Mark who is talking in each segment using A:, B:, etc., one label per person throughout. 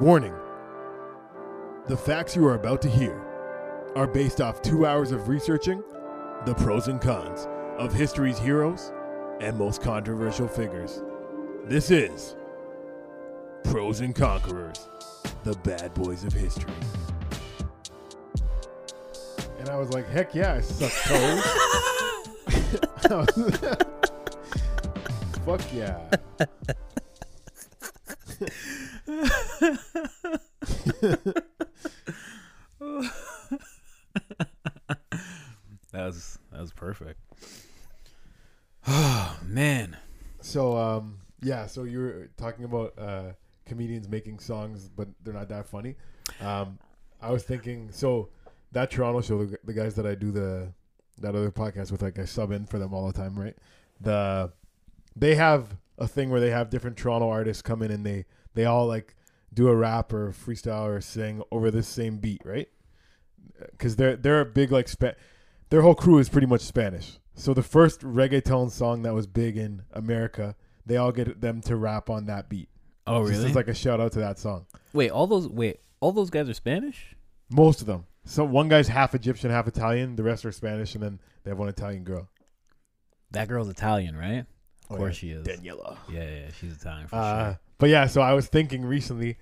A: Warning The facts you are about to hear are based off two hours of researching the pros and cons of history's heroes and most controversial figures. This is Pros and Conquerors, the bad boys of history. And I was like, heck yeah, I suck toes. I was- Fuck yeah.
B: That was that was perfect. Oh man.
A: So um yeah, so you were talking about uh comedians making songs but they're not that funny. Um I was thinking so that Toronto show the, the guys that I do the that other podcast with like I sub in for them all the time, right? The they have a thing where they have different Toronto artists come in and they they all like do a rap or freestyle or sing over this same beat, right? Cuz they're they're a big like spa- their whole crew is pretty much Spanish. So the first reggaeton song that was big in America, they all get them to rap on that beat.
B: Oh
A: This is like a shout out to that song.
B: wait, all those wait, all those guys are Spanish?
A: Most of them. So one guy's half Egyptian, half Italian. The rest are Spanish, and then they have one Italian girl.
B: That girl's Italian, right?
A: Oh,
B: Of course she is.
A: yeah. Daniela.
B: Yeah, yeah, yeah, she's Italian for
A: Uh,
B: sure.
A: but yeah, so I was thinking recently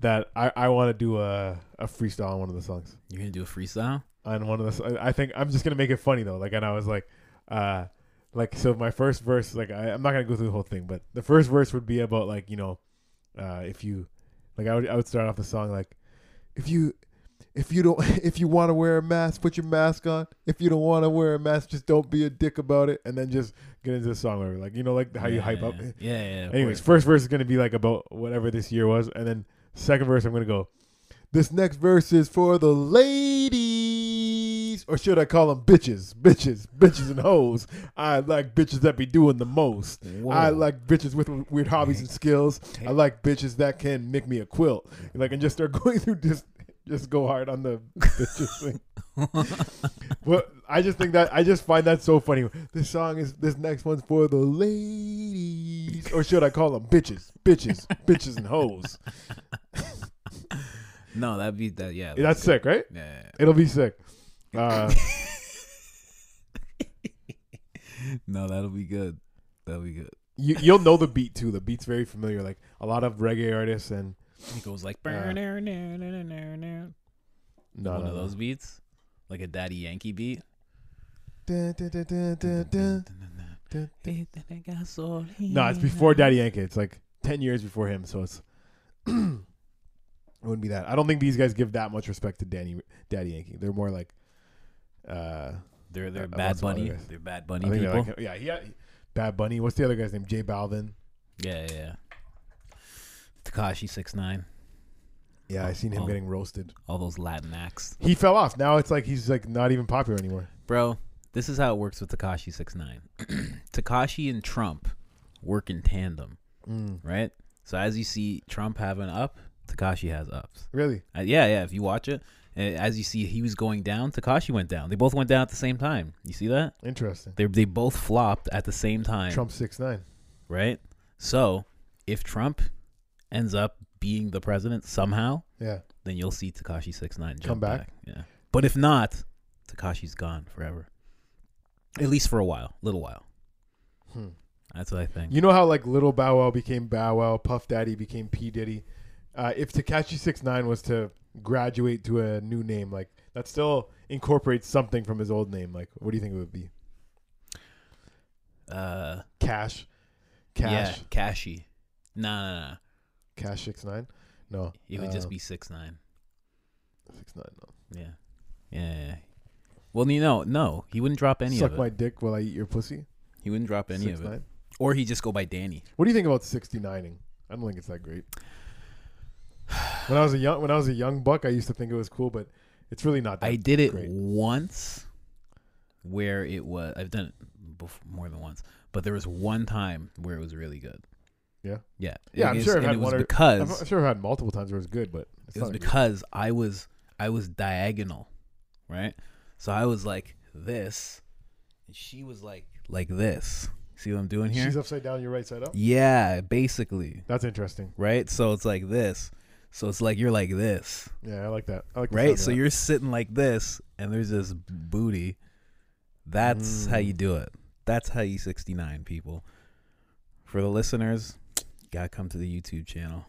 A: that I, I want to do a, a freestyle on one of the songs.
B: You're gonna do a freestyle?
A: on one of the. I think I'm just gonna make it funny though. Like, and I was like, uh, like so my first verse, like I, I'm not gonna go through the whole thing, but the first verse would be about like you know, uh, if you, like I would I would start off the song like, if you, if you don't if you want to wear a mask, put your mask on. If you don't want to wear a mask, just don't be a dick about it, and then just get into the song where like you know like how you
B: Yeah,
A: hype
B: yeah,
A: up.
B: Yeah, yeah. yeah, of
A: Anyways,
B: course.
A: first verse is gonna be like about whatever this year was, and then second verse I'm gonna go. This next verse is for the ladies, or should I call them bitches, bitches, bitches and hoes? I like bitches that be doing the most.
B: Whoa.
A: I like bitches with weird hobbies and skills. I like bitches that can make me a quilt. Like and just start going through just just go hard on the bitches thing. Well, I just think that I just find that so funny. This song is this next one's for the ladies, or should I call them bitches, bitches, bitches and hoes?
B: no, that'd be that yeah.
A: That's sick, right?
B: good. yeah, yeah,
A: It'll be sick. Uh,
B: yeah. No, that'll be good. That'll be good.
A: you, you'll know the beat too. The beat's very familiar. Like a lot of reggae artists and
B: He goes like
A: Uh,
B: "Burn, burn, burn, burn, burn, burn."
A: no,
B: one
A: no,
B: of
A: no.
B: those beats. Like a daddy Yankee beat.
A: Dun, dun, dun, dun, dun, dun, dun, dun. No,
B: No,
A: it's before Daddy Yankee. It's like ten years before him, so it's it wouldn't be that. I don't think these guys give that much respect to Danny Daddy Yankee. They're more like uh
B: They're they're
A: Uh,
B: bad
A: lots of other
B: bunny.
A: guys.
B: They're bad
A: I
B: bunny
A: think they're
B: people.
A: like yeah, he had Bad Bunny. What's the other guy's name? Jay Balvin.
B: yeah, yeah, yeah. Takashi six nine.
A: Yeah, I seen him
B: Oh.
A: getting roasted.
B: All those Latin acts,
A: He fell off. Now it's like he's like not even popular anymore.
B: bro. This is how it works with Takashi six nine. Takashi and Trump work in tandem,
A: Mm,
B: right? So as you see Trump have an up, Takashi has ups.
A: really?
B: Uh, yeah, yeah. If you watch it, uh, as you see he was going down, Takashi went down. They both went down at the same time. You see that?
A: Interesting.
B: They they both flopped at the same time.
A: Trump six nine.
B: right? So if Trump ends up being the president somehow,
A: Yeah.
B: then you'll see Takashi six nine
A: Come back.
B: Yeah, but if not, Takashi's gone forever, at least for a while, little while.
A: Hmm.
B: That's what I think.
A: You know how like Little Bow Wow became Bow Wow, Puff Daddy became P Diddy. Uh, if Takashi Six Nine was to graduate to a new name, like that still incorporates something from his old name. Like, what do you think it would be?
B: uh,
A: Cash,
B: yeah,
A: Cash,
B: Kashi. No, no, no.
A: Cash Six Nine. No,
B: It would
A: uh,
B: just be six nine.
A: Six Nine. No.
B: Yeah, yeah. yeah, yeah. Well, you know, no, he wouldn't drop any
A: Suck
B: of it.
A: my dick while I eat your pussy.
B: he wouldn't drop any
A: Six
B: of it,
A: Nine.
B: or he would just go by Danny.
A: What do you think about sixty nining? I don't think it's that great. When I was a young when I was a young buck, I used to think it was cool, but it's really not. That
B: I did it
A: great.
B: once where it was I've done it bef- more than once, but there was one time where it was really good.
A: Yeah?
B: Yeah.
A: Yeah,
B: It
A: I'm
B: is-
A: sure I've
B: and
A: had
B: it was
A: one or- I'm
B: because
A: not sure I've had multiple times where it was good, but it's
B: it was
A: not great.
B: because I was I was diagonal, right? So I was like this and she was like like this. See what I'm doing here?
A: She's upside down, your right side up.
B: yeah, basically,
A: That's interesting.
B: right? So it's like this. So it's like you're like this,
A: Yeah, I like that. I like the sound
B: right?
A: of
B: So
A: that.
B: you're sitting like this, and there's this booty. That's how
A: Mm.
B: you do it. That's how you 69 people. For the listeners, gotta come to the YouTube channel.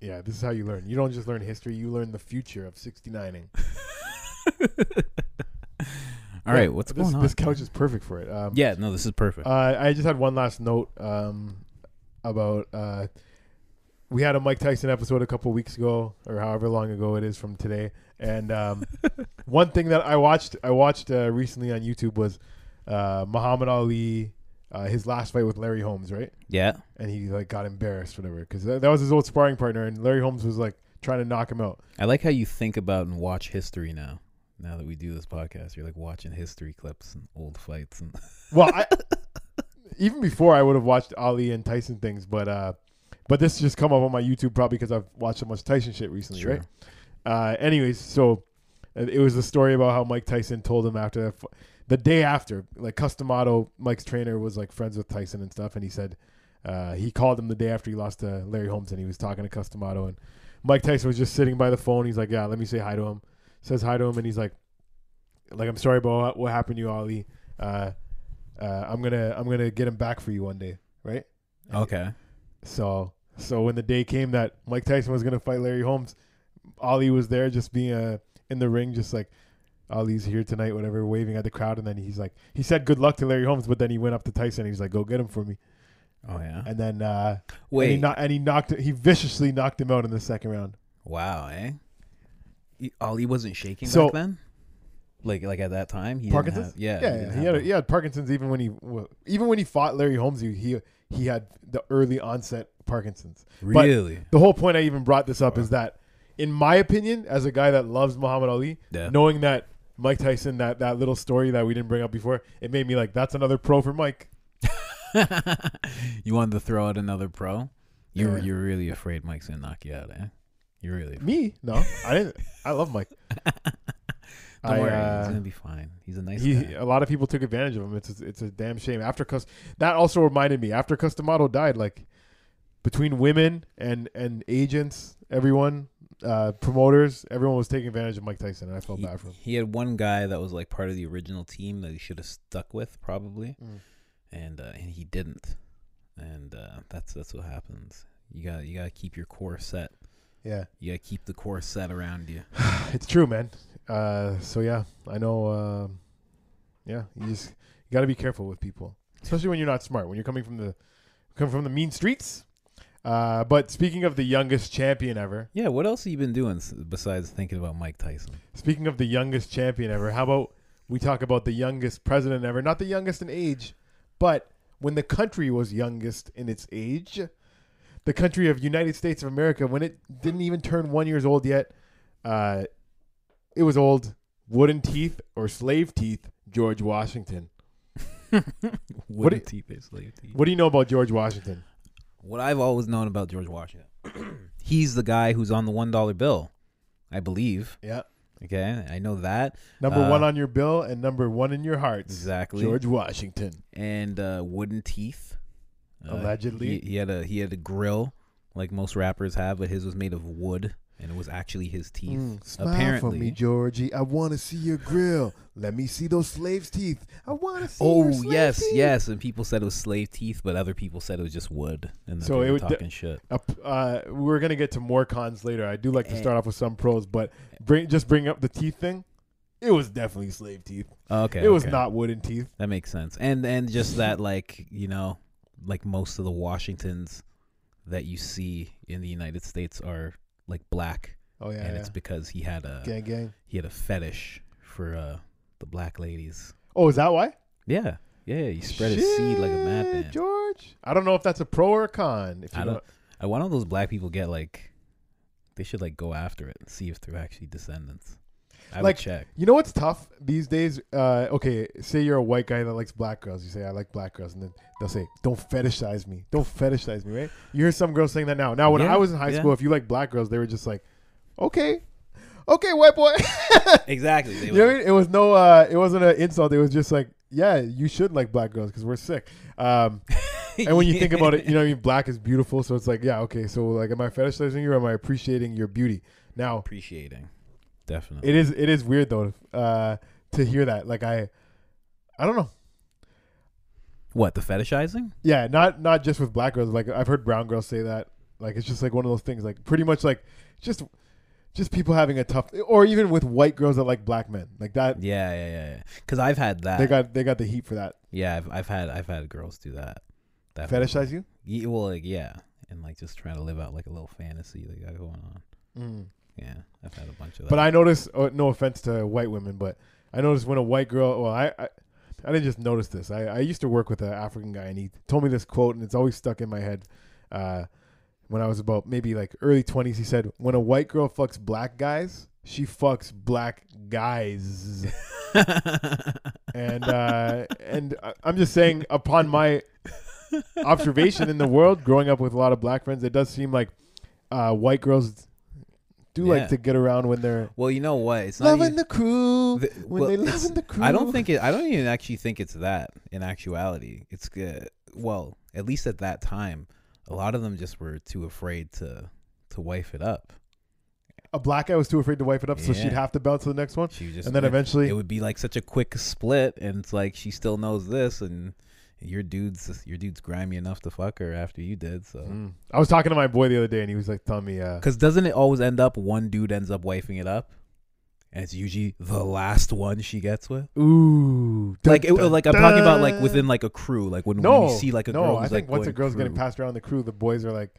A: yeah. This is how you learn. You don't just learn history. You learn the future of 69ing.
B: All right, what's
A: this,
B: going on?
A: This couch is perfect for it. Um,
B: yeah, no, this is perfect.
A: Uh, I just had one last note um, about uh, we had a Mike Tyson episode a couple weeks ago, or however long ago it is from today. And um, one thing that I watched, I watched uh, recently on YouTube was uh, Muhammad Ali, uh, his last fight with Larry Holmes, right?
B: yeah,
A: And he like got embarrassed, whatever, because that, that was his old sparring partner, and Larry Holmes was like trying to knock him out.
B: I like how you think about and watch history now. Now that we do this podcast, you're like watching history clips and old fights and
A: Well, I, even before I would have watched Ali and Tyson things, but uh, but this just come up on my YouTube probably because I've watched so much Tyson shit recently,
B: Sure.
A: right? Uh, anyways, so uh, it was a story about how Mike Tyson told him after that, f- the day after, like Customato, Mike's trainer was like friends with Tyson and stuff, and he said uh, he called him the day after he lost to Larry Holmes, and he was talking to Customato, and Mike Tyson was just sitting by the phone. He's like, "Yeah, let me say hi to him." Says hi to him, and he's like, "Like I'm sorry about what happened to you, Ali. Uh, uh, I'm gonna I'm gonna get him back for you one day, right?"
B: okay,
A: So so when the day came that Mike Tyson was gonna fight Larry Holmes, Ali was there just being uh, in the ring, just like Ali's here tonight, whatever, waving at the crowd, and then he's like he said good luck to Larry Holmes, but then he went up to Tyson and he's like, Go get him for me.
B: oh yeah.
A: And then uh and he,
B: Wait,
A: kno- and he knocked he viciously knocked him out in the second round.
B: wow, eh? He- Ali wasn't shaking
A: So-
B: back then, like like at that time. He didn't
A: Parkinson's?
B: have- yeah,
A: yeah,
B: didn't
A: yeah.
B: have
A: He, had,
B: that.
A: he had Parkinson's even when he w- even when he fought Larry Holmes, he he, he had the early onset Parkinson's. But-
B: really.
A: The whole point I even brought this up is that, in my opinion, as a guy that loves Muhammad Ali,
B: Yeah.
A: knowing that Mike Tyson, that, that little story that we didn't bring up before, it made me like, that's another pro for Mike.
B: you wanted to throw out another pro? You're
A: Yeah.
B: you're really afraid Mike's gonna knock you out, eh? You're really. Afraid.
A: Me? No, I didn't. I love Mike.
B: Don't
A: I,
B: worry,
A: uh,
B: he's gonna be fine. He's a nice
A: he,
B: guy.
A: a lot of people took advantage of him. It's a, it's a damn shame. After Cus, that also reminded me after Customato died, like between women and and agents, everyone, uh, promoters, everyone was taking advantage of Mike Tyson, and I felt
B: He,
A: bad for him.
B: he had one guy that was like part of the original team that he should have stuck with probably,
A: Mm.
B: and uh, and he didn't, and uh, that's that's what happens. You got to you got to keep your core set.
A: Yeah,
B: You got to keep the core set around you.
A: it's true, man. Uh, so yeah, I know. um yeah, you just you got to be careful with people, especially when you're not smart. When you're coming from the coming from the mean streets. Uh, but speaking of the youngest champion ever,
B: Yeah. What else have you been doing s- besides thinking about Mike Tyson?
A: Speaking of the youngest champion ever, how about we talk about the youngest president ever? Not the youngest in age, but when the country was youngest in its age, the country of United States of America, when it didn't even turn one years old yet, uh, it was old wooden teeth or slave teeth. George Washington.
B: what
A: do
B: a
A: you-
B: teeth is slave teeth.
A: What do you know about George Washington?
B: what I've always known about George Washington. He's the guy who's on the one dollar bill, I believe.
A: Yeah,
B: Okay, I know that
A: number
B: Uh,
A: one on your bill and number one in your hearts.
B: exactly.
A: George Washington.
B: And uh, wooden teeth. Uh,
A: Allegedly.
B: he, he had a he had a grill like most rappers have, but his was made of wood, and it was actually his teeth.
A: Mm, smile
B: Apparently.
A: for me, Georgie. I want to see your grill. Let me see those slaves' teeth. I want to see. your
B: Oh
A: slave
B: yes,
A: teeth.
B: yes, and people said it was slave teeth, but other people said it was just wood, and then
A: So
B: they
A: it
B: were
A: would-
B: talking shit.
A: Uh, p- uh, we're gonna get to more cons later. I do like
B: Eh.
A: to start off with some pros, but bring just bring up the teeth thing. It was definitely slave teeth.
B: Okay,
A: it was
B: okay.
A: not wooden teeth.
B: That makes sense. And and just that like, you know, like most of the Washingtons that you see in the United States are like black
A: Oh yeah,
B: and
A: yeah.
B: it's uh, because he had a
A: gang gang.
B: he had a fetish for uh the black ladies.
A: Oh, is that why?
B: Yeah. Yeah, he spread his seed like a
A: Shit,
B: madman.
A: George. I don't know if that's a pro or a con. If you
B: I
A: know-
B: don't I why don't those black people get like they should like go after it and see if they're actually descendants. I
A: Like-
B: would check.
A: You know what's tough these days? Uh, okay, say you're a white guy that likes black girls. You say, I like black girls. And then they'll say, don't fetishize me. Don't fetishize me, right? You hear some girls saying that now. Now, when
B: Yeah,
A: I was in high
B: yeah.
A: school, if you like black girls, they were just like, okay, okay, white boy.
B: Exactly. They
A: you know what I mean? It was no, uh, it wasn't an insult. It was just like, yeah, you should like black girls because we're sick. Um, and when you think about it, you know what I mean. Black is beautiful, so it's like, yeah, okay. So like, am I fetishizing you, or am I appreciating your beauty? Now,
B: appreciating, definitely.
A: it is it is weird though uh, to hear that. Like I, I don't know.
B: what the fetishizing?
A: Yeah, not not just with black girls. Like I've heard brown girls say that. Like it's just like one of those things. Like pretty much like just just people having a tough, or even with white girls that like black men. Like that
B: Yeah, yeah, yeah. yeah. Because I've had that.
A: they got they got the heat for that.
B: yeah, I've, I've had I've had girls do that. That
A: Fetishize you?
B: Yeah, well, like, yeah, and like just trying to live out like a little fantasy they got going on.
A: Mm.
B: Yeah, I've had a bunch of that.
A: But I notice. Oh, no offense to white women, but I noticed when a white girl. Well, I. I I didn't just notice this. I, I used to work with an African guy, and he told me this quote, and it's always stuck in my head. Uh, when I was about maybe like early twenties, he said, "When a white girl fucks black guys, she fucks black guys." and uh, and I- I'm just saying, upon my observation in the world, growing up with a lot of black friends, it does seem like uh, white girls do
B: Yeah.
A: like to get around when they're
B: well, you know what? It's not e
A: loving
B: even,
A: the crew.
B: the-
A: when
B: well,
A: they
B: it's-
A: loving the crew,
B: I don't think it. I don't even actually think it's that. In actuality, it's good. Well, at least at that time, a lot of them just were too afraid to to wife it up.
A: a black guy was too afraid to wipe it up, so
B: Yeah.
A: she'd have to bounce to the next one,
B: She was just
A: and then
B: yeah.
A: eventually,
B: it would be like such a quick split, and it's like she still knows this, and your dude's your dude's grimy enough to fuck her after you did. So,
A: Mm. I was talking to my boy the other day, and he was like telling me, uh,
B: because doesn't it always end up one dude ends up wifing it up, and it's usually the last one she gets with.
A: "Ooh, dun,
B: like it,
A: dun,
B: like I'm talking about like
A: dun."
B: within like a crew, like when,
A: No,
B: when you see like a
A: no,
B: girl.
A: I
B: who's,
A: think
B: like,
A: once a
B: going
A: girl's getting
B: through,
A: passed around the crew, the boys are like,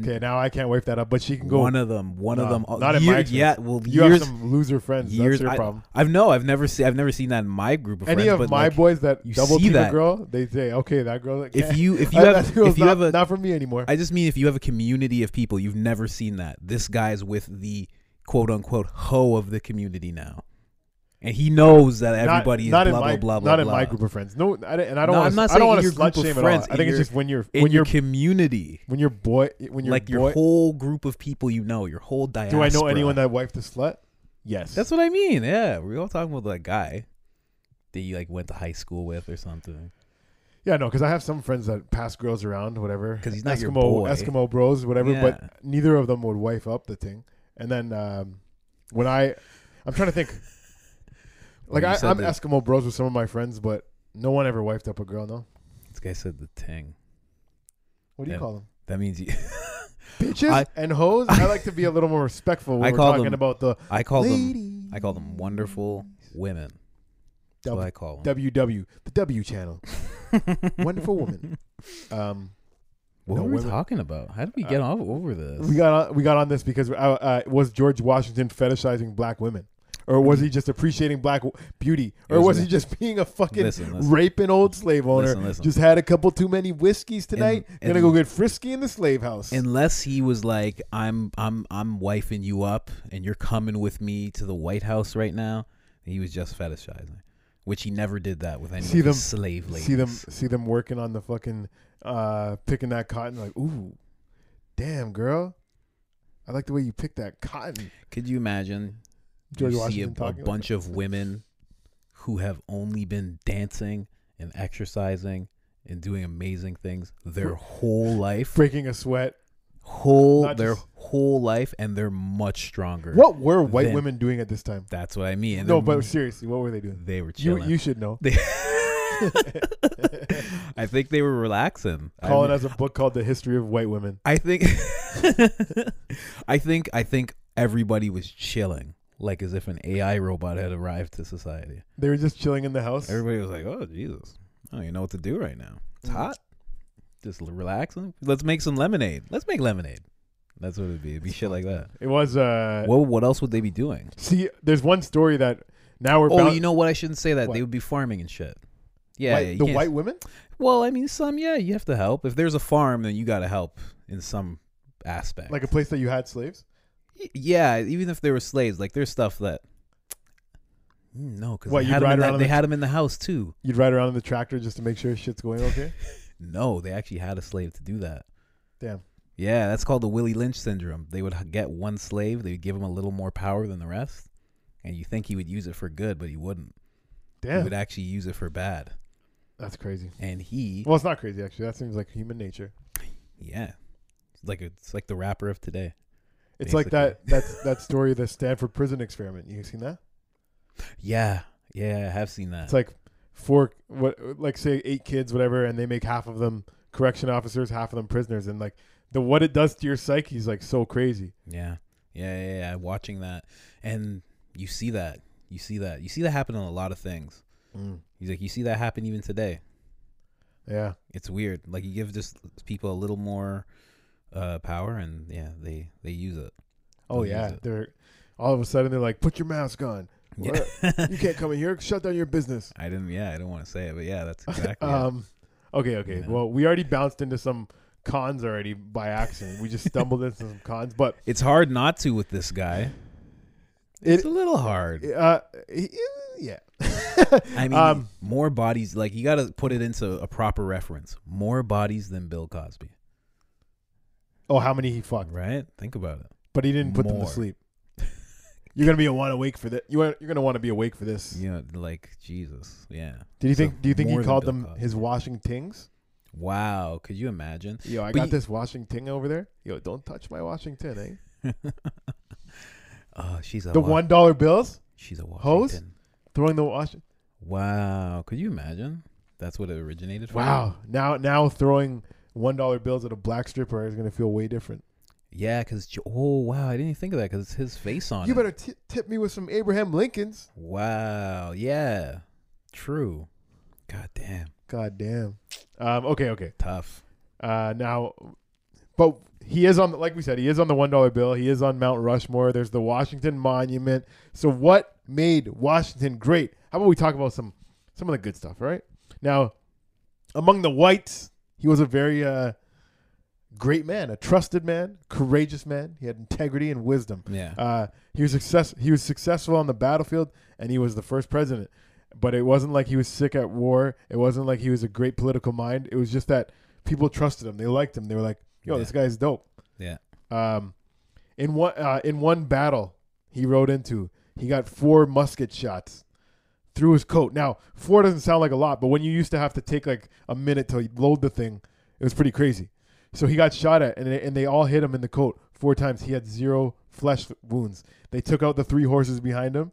B: Mm.
A: okay, now I can't wipe that up, but she can go.
B: one of them, one of
A: No,
B: them. oh,
A: not in
B: year-
A: my
B: Yeah, well,
A: you
B: years.
A: have some loser friends.
B: years-
A: That's your
B: I-
A: problem.
B: I've no, I've never seen, I've never seen that in my group of
A: Any
B: friends.
A: of
B: but
A: my
B: like,
A: boys that
B: you
A: double
B: see
A: team a
B: that.
A: girl, they say, okay, that girl. that
B: if
A: can't-
B: you if you
A: that-
B: have
A: that girl's
B: if you
A: not,
B: have a,
A: not for me anymore.
B: I just mean if you have a community of people, you've never seen that. This guy's with the quote unquote hoe of the community now, and he knows that
A: Not-
B: everybody
A: not
B: is
A: in
B: blah
A: my,
B: blah blah blah.
A: Not in
B: blah.
A: my group of friends. No, I, don't- and I don't.
B: No,
A: wanna,
B: I'm not
A: I don't
B: saying
A: want
B: in
A: to
B: your
A: slut
B: group of
A: shame
B: friends,
A: at all.
B: in
A: I think
B: your-
A: it's just when you're
B: in
A: when
B: your
A: you're
B: community,
A: when your boy when your
B: like
A: boy.
B: your whole group of people you know, your whole diaspora.
A: do I know anyone that wiped the slut? Yes.
B: That's what I mean. Yeah, we're all talking about that guy that you like went to high school with or something.
A: yeah, no, because I have some friends that pass girls around, whatever.
B: 'Cause he's not
A: Eskimo
B: your boy.
A: Eskimo bros, whatever.
B: Yeah.
A: But neither of them would wife up the thing. And then um, when I, I'm trying to think. Like
B: Well,
A: I,
B: you said
A: I'm
B: that-
A: Eskimo bros with some of my friends, but no one ever wiped up a girl. No.
B: This guy said the ting.
A: What do you
B: Yeah.
A: call them?
B: That means you.
A: Bitches
B: I-
A: and hoes. I like to be a little more respectful when
B: I
A: we're
B: call
A: talking
B: them-
A: about the
B: I call them.
A: ladies.
B: I call them wonderful um, women. That's
A: W-
B: what I call them.
A: WW the W channel. Wonderful woman. Um,
B: What
A: No,
B: were we
A: women-
B: talking about? How did we get
A: Uh,
B: off over this?
A: we got on, we got on this because uh, uh, was George Washington fetishizing black women, or was he just appreciating black w- beauty, or
B: It
A: was
B: was
A: he
B: me.
A: just being a fucking
B: listen, listen.
A: raping old slave owner?
B: Listen, listen.
A: Just had a couple too many whiskeys tonight.
B: And-
A: gonna
B: and-
A: go get frisky in the slave house.
B: Unless he was like, "I'm, I'm, I'm wifing you up, and you're coming with me to the White House right now," he was just fetishizing, which he never did that with any
A: See
B: of
A: them-
B: his slave ladies.
A: see them see them working on the fucking uh, picking that cotton. Like ooh, damn girl, I like the way you pick that cotton.
B: Could you imagine?
A: George
B: you
A: Washington
B: see a, a
A: talking.
B: bunch of women who have only been dancing and exercising and doing amazing things their whole life,
A: breaking a sweat.
B: whole
A: Not
B: their
A: just-
B: whole life, and they're much stronger.
A: What were white
B: Then-
A: women doing at this time?
B: That's what I mean. And
A: No,
B: they're-
A: but seriously, what were they doing?
B: they were
A: You
B: chilling.
A: you should know.
B: They- I think they were relaxing. I
A: Colin
B: mean-
A: has a book called The History of White Women.
B: I think, I think, I think everybody was chilling, like as if an AI robot had arrived to society.
A: They were just chilling in the house.
B: Everybody was like, "Oh Jesus, I don't even know what to do right now. It's
A: Mm.
B: hot. Just l- relaxing. Let's make some lemonade. Let's make lemonade. That's what it'd be. It'd be shit like that.
A: It was uh
B: What what else would they be doing?
A: see there's one story that now we're
B: Oh,
A: bound-
B: you know what? I shouldn't say that.
A: What?
B: They would be farming and shit. Yeah,
A: white-
B: yeah, you
A: the
B: can't-
A: white women?
B: Well, I mean, some yeah, you have to help. If there's a farm, then you got to help in some aspect.
A: Like a place that you had slaves?
B: Y- yeah, even if they were slaves, like there's stuff that Mm, no, because
A: What,
B: they
A: you'd
B: had them
A: ride
B: in
A: around
B: that,
A: on
B: they
A: the-
B: had 'em in the house too.
A: You'd ride around in the tractor just to make sure shit's going okay?
B: No, they actually had a slave to do that.
A: Damn.
B: Yeah, that's called the Willie Lynch syndrome. They would h- get one slave, they would give him a little more power than the rest, and you think he would use it for good, but he wouldn't. He
A: Damn.
B: would actually use it for bad.
A: That's crazy.
B: and he
A: Well, it's not crazy actually. That seems like human nature.
B: yeah It's like it's like the rapper of today
A: It's like that that that story of the Stanford prison experiment. You seen that?
B: yeah yeah i have seen that
A: It's like four what like say eight kids whatever and they make half of them correction officers, half of them prisoners and like the what it does to your psyche is like so crazy.
B: Yeah. Yeah, yeah, yeah. Watching that. And you see that. You see that. You see that happen on a lot of things. He's like, you see that happen even today.
A: Yeah.
B: It's weird. Like you give just people a little more uh power and yeah, they they use it.
A: Oh
B: They'll
A: yeah.
B: use it.
A: They're all of a sudden they're like put your mask on.
B: Yeah.
A: You can't come in here. Shut down your business.
B: I didn't yeah, I don't want to say it, but yeah, that's exactly it.
A: Um, okay, okay.
B: Yeah.
A: Well, we already bounced into some cons already by accident. We just stumbled into some cons, but
B: It's hard not to with this guy.
A: It-
B: It's a little hard.
A: uh, yeah.
B: I mean,
A: um,
B: more bodies. Like you got to put it into a proper reference. More bodies than Bill Cosby,
A: Oh, how many he fucked,
B: right? Think about it.
A: but he didn't put them
B: More.
A: to sleep. You're gonna be want awake for that. You are, you're gonna want to be awake for this.
B: You know, like Jesus. Yeah.
A: Did you
B: So
A: think? do you think
B: more
A: he
B: than
A: called
B: Bill
A: them
B: Cosby.
A: his washing tings?
B: Wow, could you imagine?
A: Yo, I
B: But
A: got
B: you-
A: this washing ting over there. Yo, don't touch my washing tin, eh?
B: Oh, she's a
A: The
B: Wa-
A: one dollar bills,
B: She's a Washington.
A: Hose? throwing the wash.
B: Wow, could you imagine? That's what it originated from.
A: Wow. Now, now throwing one dollar bills at a black stripper is gonna feel way different.
B: Yeah, because oh wow, I didn't even think of that because it's his face on
A: You
B: it.
A: better t- tip me with some Abraham Lincolns.
B: wow. Yeah. True. God damn.
A: God damn. Um, okay, okay.
B: Tough.
A: Uh, now, but he is on, the, like we said, he is on the one dollar bill. He is on Mount Rushmore. There's the Washington Monument. So, what made Washington great? How about we talk about some some of the good stuff, all right? Now, among the whites, he was a very uh, great man, a trusted man, courageous man. He had integrity and wisdom.
B: Yeah.
A: Uh, he was success. He was successful on the battlefield, and he was the first president. But it wasn't like he was sick at war. It wasn't like he was a great political mind. It was just that people trusted him. They liked him. They were like, "Yo,
B: Yeah.
A: this guy's dope."
B: Yeah.
A: Um, in one uh, in one battle, he rode into. He got four musket shots through his coat. Now, four doesn't sound like a lot, but when you used to have to take like a minute to load the thing, it was pretty crazy. So he got shot at, and, and they all hit him in the coat four times. He had zero flesh wounds. They took out the three horses behind him,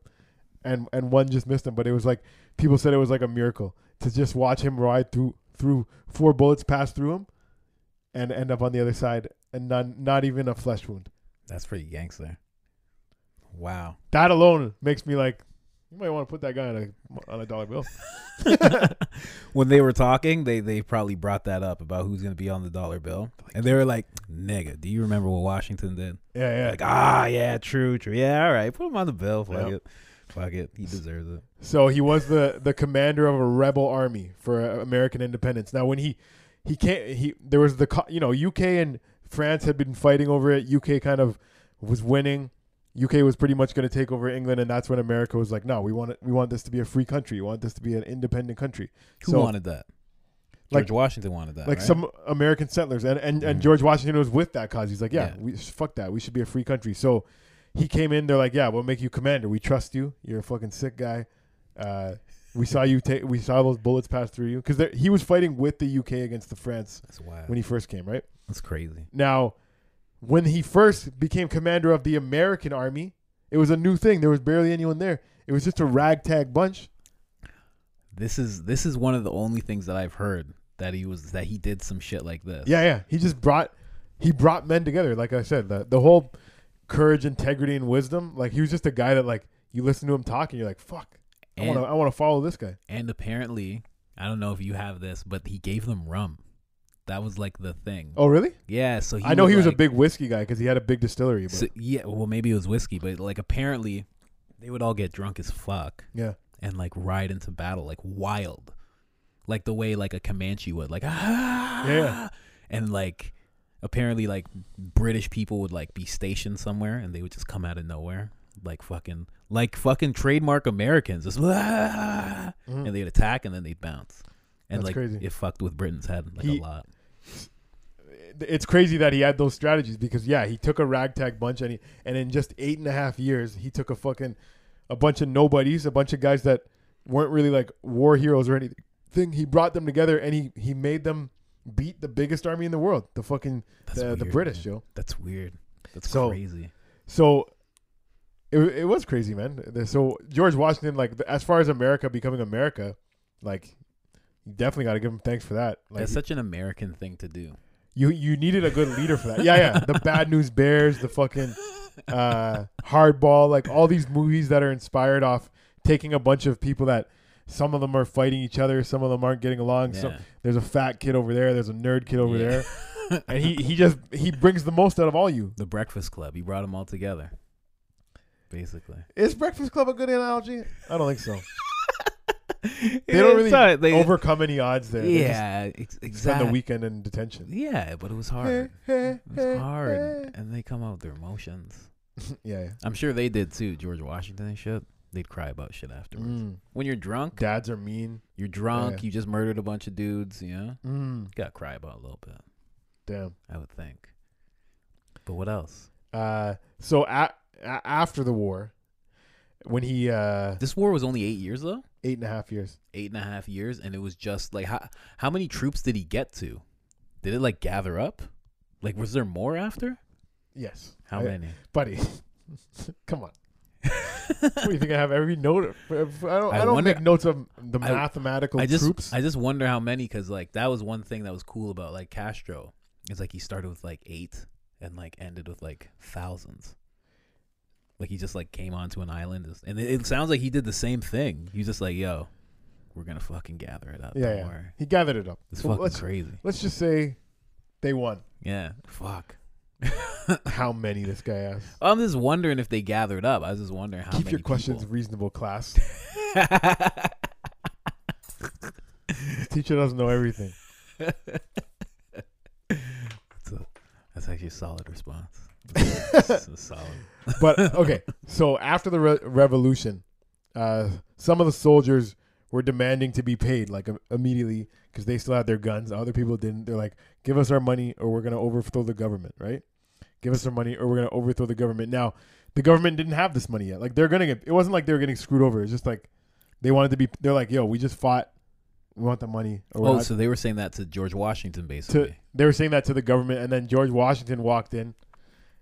A: and and one just missed him. But it was like people said it was like a miracle to just watch him ride through through four bullets pass through him, and end up on the other side, and none not even a flesh wound.
B: That's pretty gangster. Wow.
A: That alone makes me like, you might want to put that guy on a on a dollar bill.
B: when they were talking, they they probably brought that up about who's gonna be on the dollar bill, and they were like, "Nigga, do you remember what Washington did?"
A: Yeah, yeah.
B: Like, ah, yeah, true, true. Yeah, all right, put him on the bill. Fuck
A: Yeah.
B: it, fuck it. He deserves it.
A: So he was the the commander of a rebel army for uh, American independence. Now when he he can't he there was the co- you know UK and France had been fighting over it. UK kind of was winning. UK was pretty much going to take over England, and that's when America was like, "No, we want it, we want this to be a free country. We want this to be an independent country."
B: Who
A: So,
B: wanted that?
A: Like-
B: George Washington wanted that.
A: Like
B: right?
A: some American settlers, and and, and
B: Mhm.
A: George Washington was with that cause. He's like, "Yeah,
B: Yeah.
A: we fuck that. We should be a free country." So he came in. They're like, "Yeah, we'll make you commander. We trust you. You're a fucking sick guy. Uh, we saw you take. We saw those bullets pass through you because he was fighting with the UK against the France
B: That's wild.
A: when he first came. Right
B: That's crazy.
A: now, when he first became commander of the American army, it was a new thing. There was barely anyone there. It was just a ragtag bunch.
B: This is this is one of the only things that I've heard that he was that he did some shit like this.
A: Yeah, yeah. He just brought he brought men together. Like I said, the the whole courage, integrity, and wisdom. Like he was just a guy that like you listen to him talk and you're like, fuck, I want
B: And-
A: to I want to follow this guy.
B: And apparently, I don't know if you have this, but he gave them rum. That was like the thing.
A: Oh, really?
B: Yeah, so he
A: I know he was
B: like-
A: a big whiskey guy because he had a big distillery. But
B: so- yeah, well maybe it was whiskey, but like apparently they would all get drunk as fuck
A: yeah,
B: and like ride into battle like wild. Like the way like a Comanche would like ah
A: Yeah.
B: and like apparently like British people would like be stationed somewhere and they would just come out of nowhere like fucking like fucking trademark Americans just "Ah,"
A: Mhm.
B: and they'd attack and then they'd bounce. And
A: That's
B: like
A: crazy.
B: it fucked with Britain's head like
A: He-
B: a lot.
A: it's crazy that he had those strategies because yeah, he took a ragtag bunch and he and in just eight and a half years he took a fucking a bunch of nobodies, a bunch of guys that weren't really like war heroes or anything. thing. He brought them together and he he made them beat the biggest army in the world, the fucking
B: That's
A: the, the
B: weird,
A: British,
B: man.
A: yo.
B: That's weird. That's
A: So-
B: crazy.
A: So it it was crazy, man. The- So George Washington, like as far as America becoming America, like you definitely got to give him thanks for that. Like
B: That's such an American thing to do.
A: you you needed a good leader for that. Yeah, yeah. The Bad News Bears, the fucking uh, Hardball, like all these movies that are inspired off taking a bunch of people that some of them are fighting each other, some of them aren't getting along. Some,
B: Yeah.
A: there's a fat kid over there, there's a nerd kid over
B: Yeah.
A: there, and he he just he brings the most out of all you.
B: The Breakfast Club. He brought them all together, basically.
A: Is Breakfast Club a good analogy? I don't think so.
B: they
A: They don't really overcome any odds there. They just
B: yeah, ex-
A: spend
B: exactly.
A: the weekend in detention.
B: Yeah, but it was hard.
A: Hey,
B: It
A: hey,
B: was hard,
A: hey.
B: and they come out with their emotions.
A: yeah.
B: I'm sure they did too. George Washington and shit. They'd cry about shit afterwards.
A: Mm.
B: When you're drunk,
A: Dads are mean.
B: you're drunk.
A: Yeah.
B: You just murdered a bunch of dudes. You know,
A: Mm.
B: you gotta cry about a little bit.
A: Damn.
B: I would think. But what else?
A: Uh, so a- a- after the war, when he uh,
B: This war was only eight years though.
A: eight and a half years,
B: Eight and a half years, and it was just like how how many troops did he get to? Did it like gather up? Like was there more after?
A: yes,
B: How
A: I-
B: many?
A: buddy? come on. what do you think I have every note? I don't. I,
B: I
A: don't
B: wonder-
A: make notes of the
B: I-
A: mathematical
B: I just
A: troops.
B: I just wonder how many because like that was one thing that was cool about like Castro. It's like he started with like eight and like ended with like thousands. Like he just like came onto an island and it, it sounds like he did the same thing. He was just like, "Yo, we're gonna fucking gather it up.
A: yeah,
B: don't
A: yeah.
B: worry.
A: he gathered it up.
B: It's
A: So
B: fucking
A: let's
B: crazy."
A: let's just say they won.
B: Yeah, fuck.
A: How many this guy asked?
B: I'm just wondering if they gathered up. I was just wondering how
A: Keep
B: many
A: your questions
B: people-
A: reasonable, class. Teacher doesn't know everything.
B: that's, a- that's actually a solid response. That's a solid.
A: But okay, so after the re- revolution, uh, some of the soldiers were demanding to be paid like im- immediately because they still had their guns. Other people didn't. They're like, "Give us our money, or we're gonna overthrow the government." Right? Give us our money, or we're gonna overthrow the government. Now, the government didn't have this money yet. Like they're gonna get. It wasn't like they were getting screwed over. It's just like they wanted to be. They're like, "Yo, we just fought. We want the money." Or we're
B: Oh,
A: not-
B: so they were saying that to George Washington,
A: to
B: basically.
A: they were saying that to the government, and then George Washington walked in,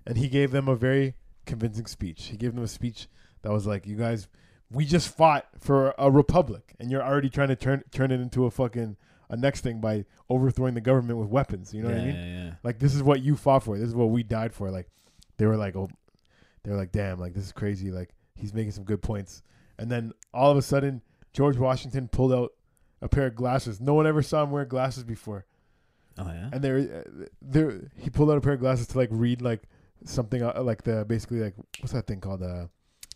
A: and he gave them a very convincing speech. He gave them a speech that was like, "You guys, we just fought for a republic, and you're already trying to turn turn it into a fucking a next thing by overthrowing the government with weapons." You know
B: yeah,
A: what I mean?
B: Yeah, yeah.
A: Like this is what you fought for. This is what we died for. Like they were like, "Oh, they were like, damn, like this is crazy. Like he's making some good points." And then all of a sudden, George Washington pulled out a pair of glasses. No one ever saw him wear glasses before
B: Oh yeah.
A: and there, uh, there, he pulled out a pair of glasses to like read like something uh, like the basically like what's that thing called the uh,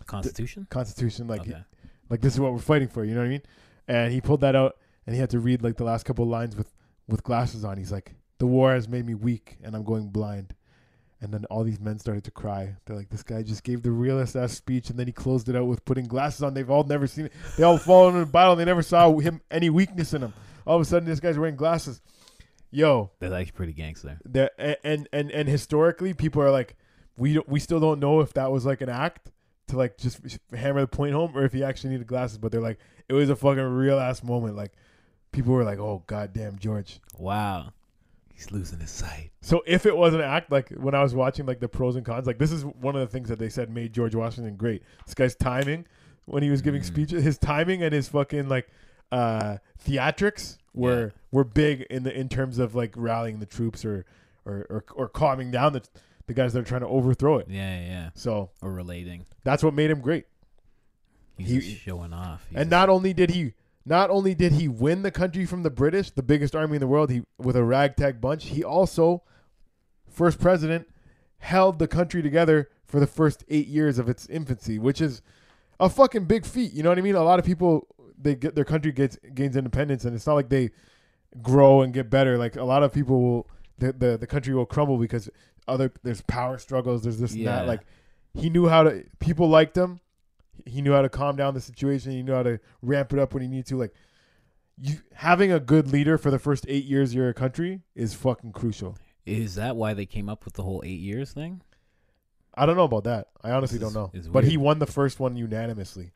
B: Constitution.
A: Constitution like
B: okay.
A: like this is what we're fighting for, you know what I mean? And he pulled that out and he had to read like the last couple lines with with glasses on. He's like, "The war has made me weak and I'm going blind." And then all these men started to cry. They're like, "This guy just gave the realest ass speech, and then he closed it out with putting glasses on. They've all never seen it. They all fallen in a battle. They never saw him any weakness in him. All of a sudden, this guy's wearing glasses. Yo,
B: That's actually pretty gangster.
A: there a- and and and historically people are like we don't, we still don't know if that was like an act to like just hammer the point home or if he actually needed glasses but they're like it was a fucking real ass moment like people were like oh goddamn george
B: Wow. He's losing his sight.
A: so if it was an act like when i was watching like the pros and cons like this is one of the things that they said made george washington great this guy's timing when he was giving
B: Mm.
A: speeches his timing and his fucking like uh theatrics were
B: Yeah.
A: were big in the in terms of like rallying the troops or or or, or calming down the the guys that are trying to overthrow it
B: Yeah, yeah, yeah.
A: so
B: Or relating.
A: that's what made him great
B: He's
A: He-
B: just showing off. He's
A: and
B: just-
A: not only did he not only did he win the country from the british the biggest army in the world he with a ragtag bunch he also first president held the country together for the first 8 years of its infancy which is a fucking big feat you know what i mean a lot of people they get their country gets gains independence and it's not like they grow and get better like a lot of people will the the, the country will crumble because other there's power struggles there's this and
B: Yeah.
A: that like he knew how to people liked him he knew how to calm down the situation. He knew how to ramp it up when he needed to. Like, you having a good leader for the first eight years of your country is fucking crucial.
B: Is that why they came up with the whole eight years thing?
A: I don't know about that. I honestly
B: This
A: don't know.
B: is- is
A: But he
B: weird.
A: won the first one unanimously.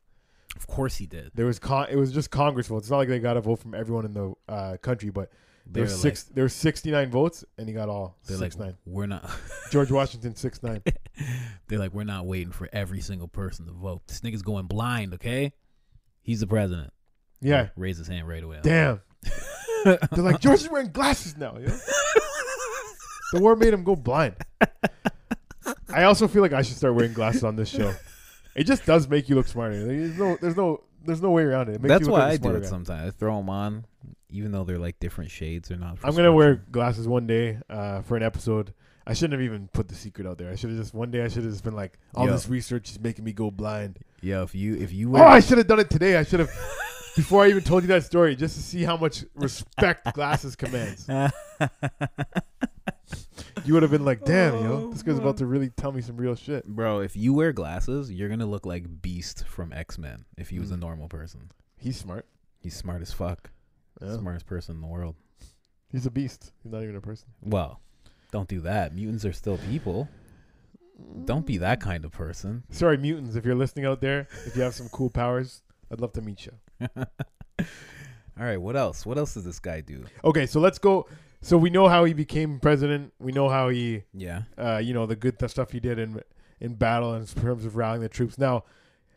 B: Of course he did.
A: There was con- it was just Congress votes. It's not like they got a vote from everyone in the uh, country, but
B: They're
A: there's six. there were 69 votes, and he got all
B: They're
A: six
B: like,
A: nine.
B: we're not.
A: George Washington six nine.
B: They're like, we're not waiting for every single person to vote. This nigga's going blind. Okay, he's the president.
A: Yeah,
B: raise his hand right away.
A: damn. They're like George is wearing glasses now. Yo. The war made him go blind. I also feel like I should start wearing glasses on this show. It just does make you look smarter. There's no, there's no, there's no way around it. it makes
B: That's
A: you look like
B: why
A: a
B: I do
A: smarter
B: it
A: guy.
B: sometimes. I throw them on, even though they're like different shades or not. for
A: I'm gonna wear
B: spectrum.
A: glasses one day uh, for an episode. I shouldn't have even put the secret out there. I should have just one day. I should have just been like, all
B: Yo.
A: this research is making me go blind.
B: Yeah, if you if you
A: Oh,
B: wear,
A: I should have done it today. I should have before I even told you that story, just to see how much respect glasses commands. You would have been like, damn, yo, this guy's about to really tell me some real shit.
B: bro, if you wear glasses, you're gonna look like Beast from X Men. If he was a
A: Mm.
B: normal person,
A: He's smart.
B: he's smart as fuck,
A: Yeah.
B: smartest person in the world.
A: He's a beast. He's not even a person.
B: Well, don't do that. Mutants are still people. Don't be that kind of person.
A: Sorry, mutants. If you're listening out there, if you have some cool powers, I'd love to meet you.
B: All right, what else? What else does this guy do?
A: Okay, so let's go. So we know how he became president. We know how he
B: Yeah.
A: uh, you know the good th- stuff he did in in battle in terms of rallying the troops. Now,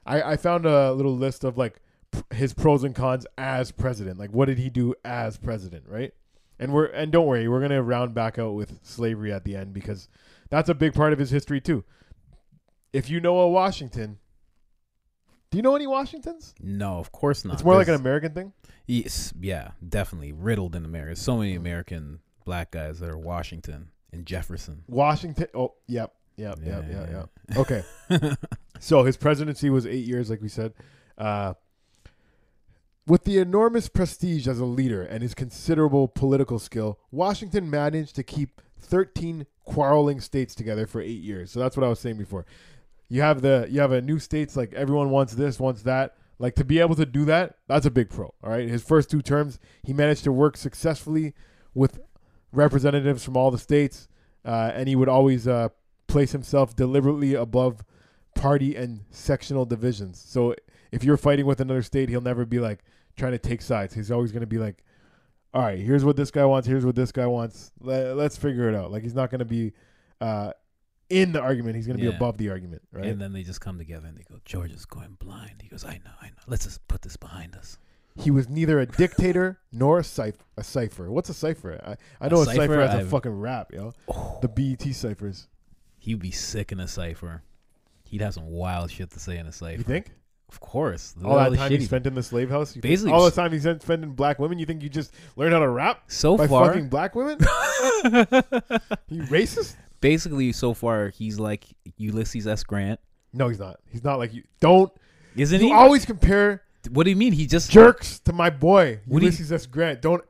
A: I, I found a little list of like p- his pros and cons as president. Like, what did he do as president, right? And we're and don't worry, we're gonna round back out with slavery at the end because that's a big part of his history too. If you know a Washington, do you know any Washingtons?
B: No, of course not.
A: it's more like an
B: There's-
A: American thing.
B: Yes, yeah, definitely riddled in America. So many American black guys that are Washington and Jefferson.
A: Washington. Oh, yep, yep, yep, yep,
B: Yeah.
A: yep. Okay. so his presidency was eight years, like we said. Uh, with the enormous prestige as a leader and his considerable political skill, Washington managed to keep 13 quarreling states together for eight years. So that's what I was saying before. You have the you have a new states like everyone wants this, wants that. Like to be able to do that, that's a big pro. All right, his first two terms, he managed to work successfully with representatives from all the states, uh, and he would always uh, place himself deliberately above party and sectional divisions. So if you're fighting with another state, he'll never be like trying to take sides. He's always going to be like, all right, here's what this guy wants. Here's what this guy wants. Le- Let's figure it out. Like he's not going to be uh, in the argument. He's going to
B: Yeah.
A: be above the argument, right?
B: And then they just come together and they go, George is going blind. He goes, I know, I know. Let's just put this behind us.
A: he was neither a dictator nor a, cyph- a cipher. What's a cipher? I, I know a,
B: cipher,
A: cipher, has a
B: I've-
A: fucking rap, yo. The BET ciphers.
B: He'd be sick in a cipher. He'd have some wild shit to say in a cipher.
A: You think?
B: Of course.
A: all
B: the
A: that time
B: shitty-
A: you spent in the slave house, you
B: Basically-
A: think, all the time you spent spent in black women, you think you just learned how to rap
B: so
A: by
B: far,
A: fucking black women? you racist?
B: basically, so far, he's like Ulysses S. Grant.
A: No, he's not. He's not like you. Don't
B: Isn't
A: you
B: he?
A: always compare
B: what do you mean? He just.
A: jerks to my boy
B: What do you-
A: Ulysses S. Grant? Don't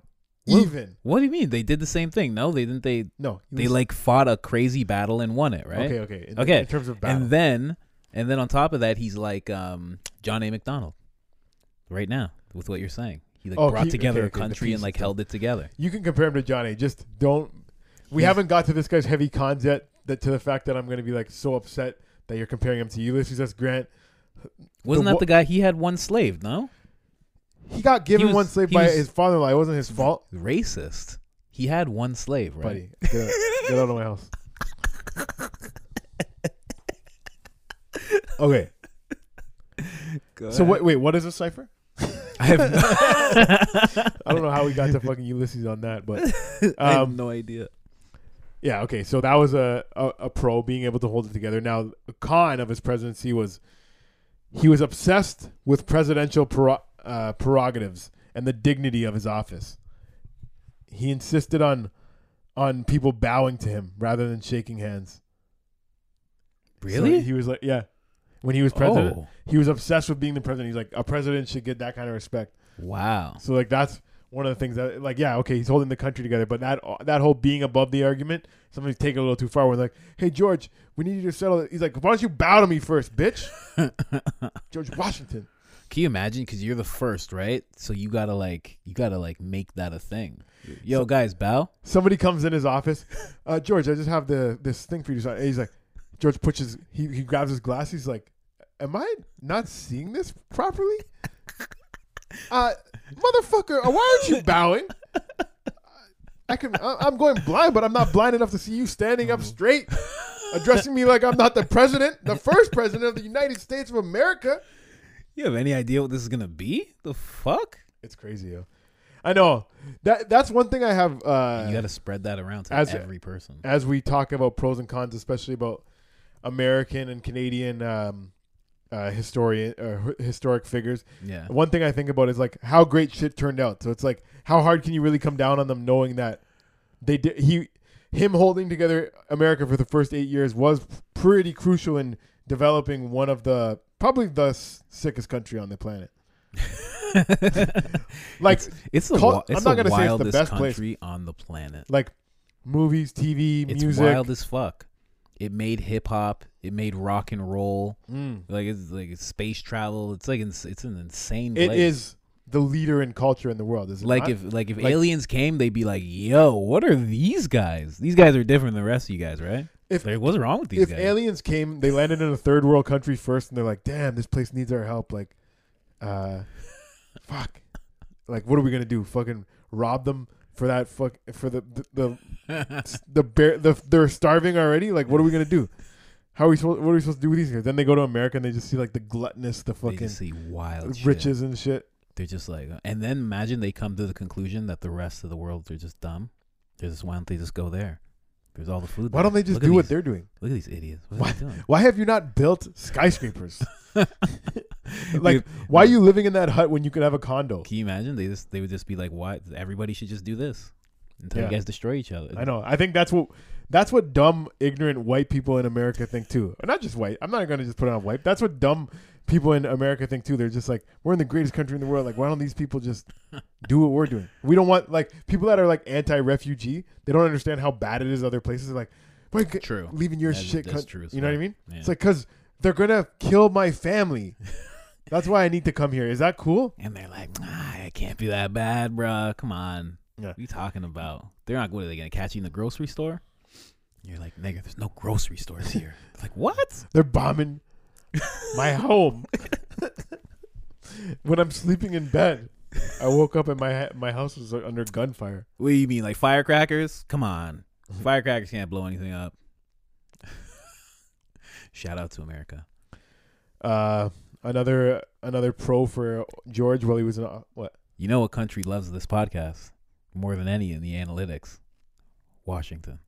B: What-
A: even.
B: What do you mean? They did the same thing. No, they didn't. They
A: No,
B: they
A: Ulysses-
B: like fought a crazy battle and won it, right?
A: Okay, okay, in,
B: Okay.
A: In terms of battle,
B: And then and then on top of that, he's like um, John A. McDonald right now with what you're saying. He like
A: Oh,
B: brought
A: he-
B: together
A: okay,
B: a
A: okay, the
B: country and
A: peace
B: like
A: and
B: held it together.
A: you can compare him to Johnny. Just don't. We
B: He's-
A: haven't got to this guy's heavy cons yet. That to the fact that I'm going to be like so upset that you're comparing him to Ulysses S. Grant.
B: Wasn't that
A: wo-
B: the guy? He had one slave, no?
A: He got given
B: was-
A: one slave
B: he
A: by
B: was-
A: his father-in-law. It wasn't his fault.
B: Racist. He had one slave, right?
A: buddy. Get out, get out of my house. Okay. So wait, wait, what is a cipher?
B: I have, no,
A: I don't know how we got to fucking Ulysses on that, but
B: I have
A: Um,
B: no idea.
A: yeah, okay. So that was a, a a pro being able to hold it together. Now, a con of his presidency was he was obsessed with presidential prero- uh, prerogatives and the dignity of his office. He insisted on on people bowing to him rather than shaking hands. So
B: Really?
A: he was like, yeah. When he was president,
B: oh,
A: he was obsessed with being the president. He's like, a president should get that kind of respect.
B: wow.
A: So like that's one of the things that like yeah okay he's holding the country together, but that that whole being above the argument, somebody's taking it a little too far. We're like, hey George, we need you to settle. it." He's like, why don't you bow to me first, bitch? George Washington.
B: Can you imagine? Because you're the first, right? So you gotta like, you gotta like make that a thing. Yo, guys, bow.
A: Somebody comes in his office. Uh, George, I just have the this thing for you to sign. And he's like, George puts his he, he grabs his glass. He's like, am I not seeing this properly? Uh, motherfucker, uh, why aren't you bowing? I can. I- I'm going blind, but I'm not blind enough to see you standing up straight, addressing me like I'm not the president, the first president of the United States of America.
B: You have any idea what this is gonna be? The fuck?
A: It's crazy, yo. I know that. That's one thing I have. Uh,
B: you gotta spread that around to
A: as-
B: every person.
A: as we talk about pros and cons, especially about American and Canadian um, uh, historian or hi- historic figures.
B: Yeah.
A: One thing I think about is like how great shit turned out. So it's like how hard can you really come down on them knowing that they did he him holding together America for the first eight years was pretty crucial in developing one of the probably the s- sickest country on the planet. Like
B: it's, it's the
A: call-
B: wi-
A: I'm
B: it's
A: not
B: the
A: gonna say it's the
B: wildest
A: best place.
B: country on the planet.
A: like movies, TV,
B: It's
A: music.
B: wild as fuck. It made hip hop. It made rock and roll.
A: Mm.
B: Like it's like it's space travel. It's like ins- it's an insane.
A: It
B: place.
A: is the leader in culture in the world. Is it
B: like
A: not?
B: if like if
A: like-
B: aliens came, they'd be like, "Yo, what are these guys? These guys are different than the rest of you guys, right?
A: If-
B: like, what's wrong with these
A: if
B: guys?
A: aliens came, they landed in a third world country first, and they're like, "Damn, this place needs our help." Like, uh, fuck. Like, what are we gonna do? Fucking rob them for that fuck for the the the, the bear the they're starving already. Like, what are we gonna do? How are we supposed? What are we supposed to do with these guys? Then they go to America and they just see like the gluttonous, the
B: they
A: fucking
B: just see wild shit.
A: riches and shit.
B: They're just like, and then imagine they come to the conclusion that the rest of the world are just dumb. They're just why don't they just go there? There's all the food.
A: Why don't they just do what they're doing?
B: Look at these idiots. What, are they doing?
A: Why have you not built skyscrapers? like, why are you living in that hut when you could have a condo?
B: Can you imagine? They just they would just be like, "Why everybody should just do this until
A: Yeah.
B: you guys destroy each other."
A: I know. I think that's what that's what dumb, ignorant white people in America think too. Or not just white. I'm not gonna just put it on white. That's what dumb people in America think too. They're just like, we're in the greatest country in the world. Like, why don't these people just do what we're doing? We don't want like people that are like anti-refugee. They don't understand how bad it is other places. They're like, but
B: True.
A: leaving your
B: That's-
A: shit
B: that's
A: country.
B: true as
A: You know what I
B: well.
A: mean?
B: Yeah.
A: It's like because they're gonna kill my family. that's why I need to come here. Is that cool?
B: And they're like, ah, "It can't be that bad, bruh. Come on,
A: Yeah.
B: what are you talking about? They're not. What are they gonna catch you in the grocery store?" You're like, "Nigga, there's no grocery stores here." it's like, what?
A: They're bombing my home. when I'm sleeping in bed, I woke up and my ha- my house was uh, under gunfire.
B: What do you mean, like firecrackers? Come on, firecrackers can't blow anything up. Shout out to America.
A: Uh, another another pro for George while he was in uh, what?
B: You know what country loves this podcast more than any in the analytics? Washington.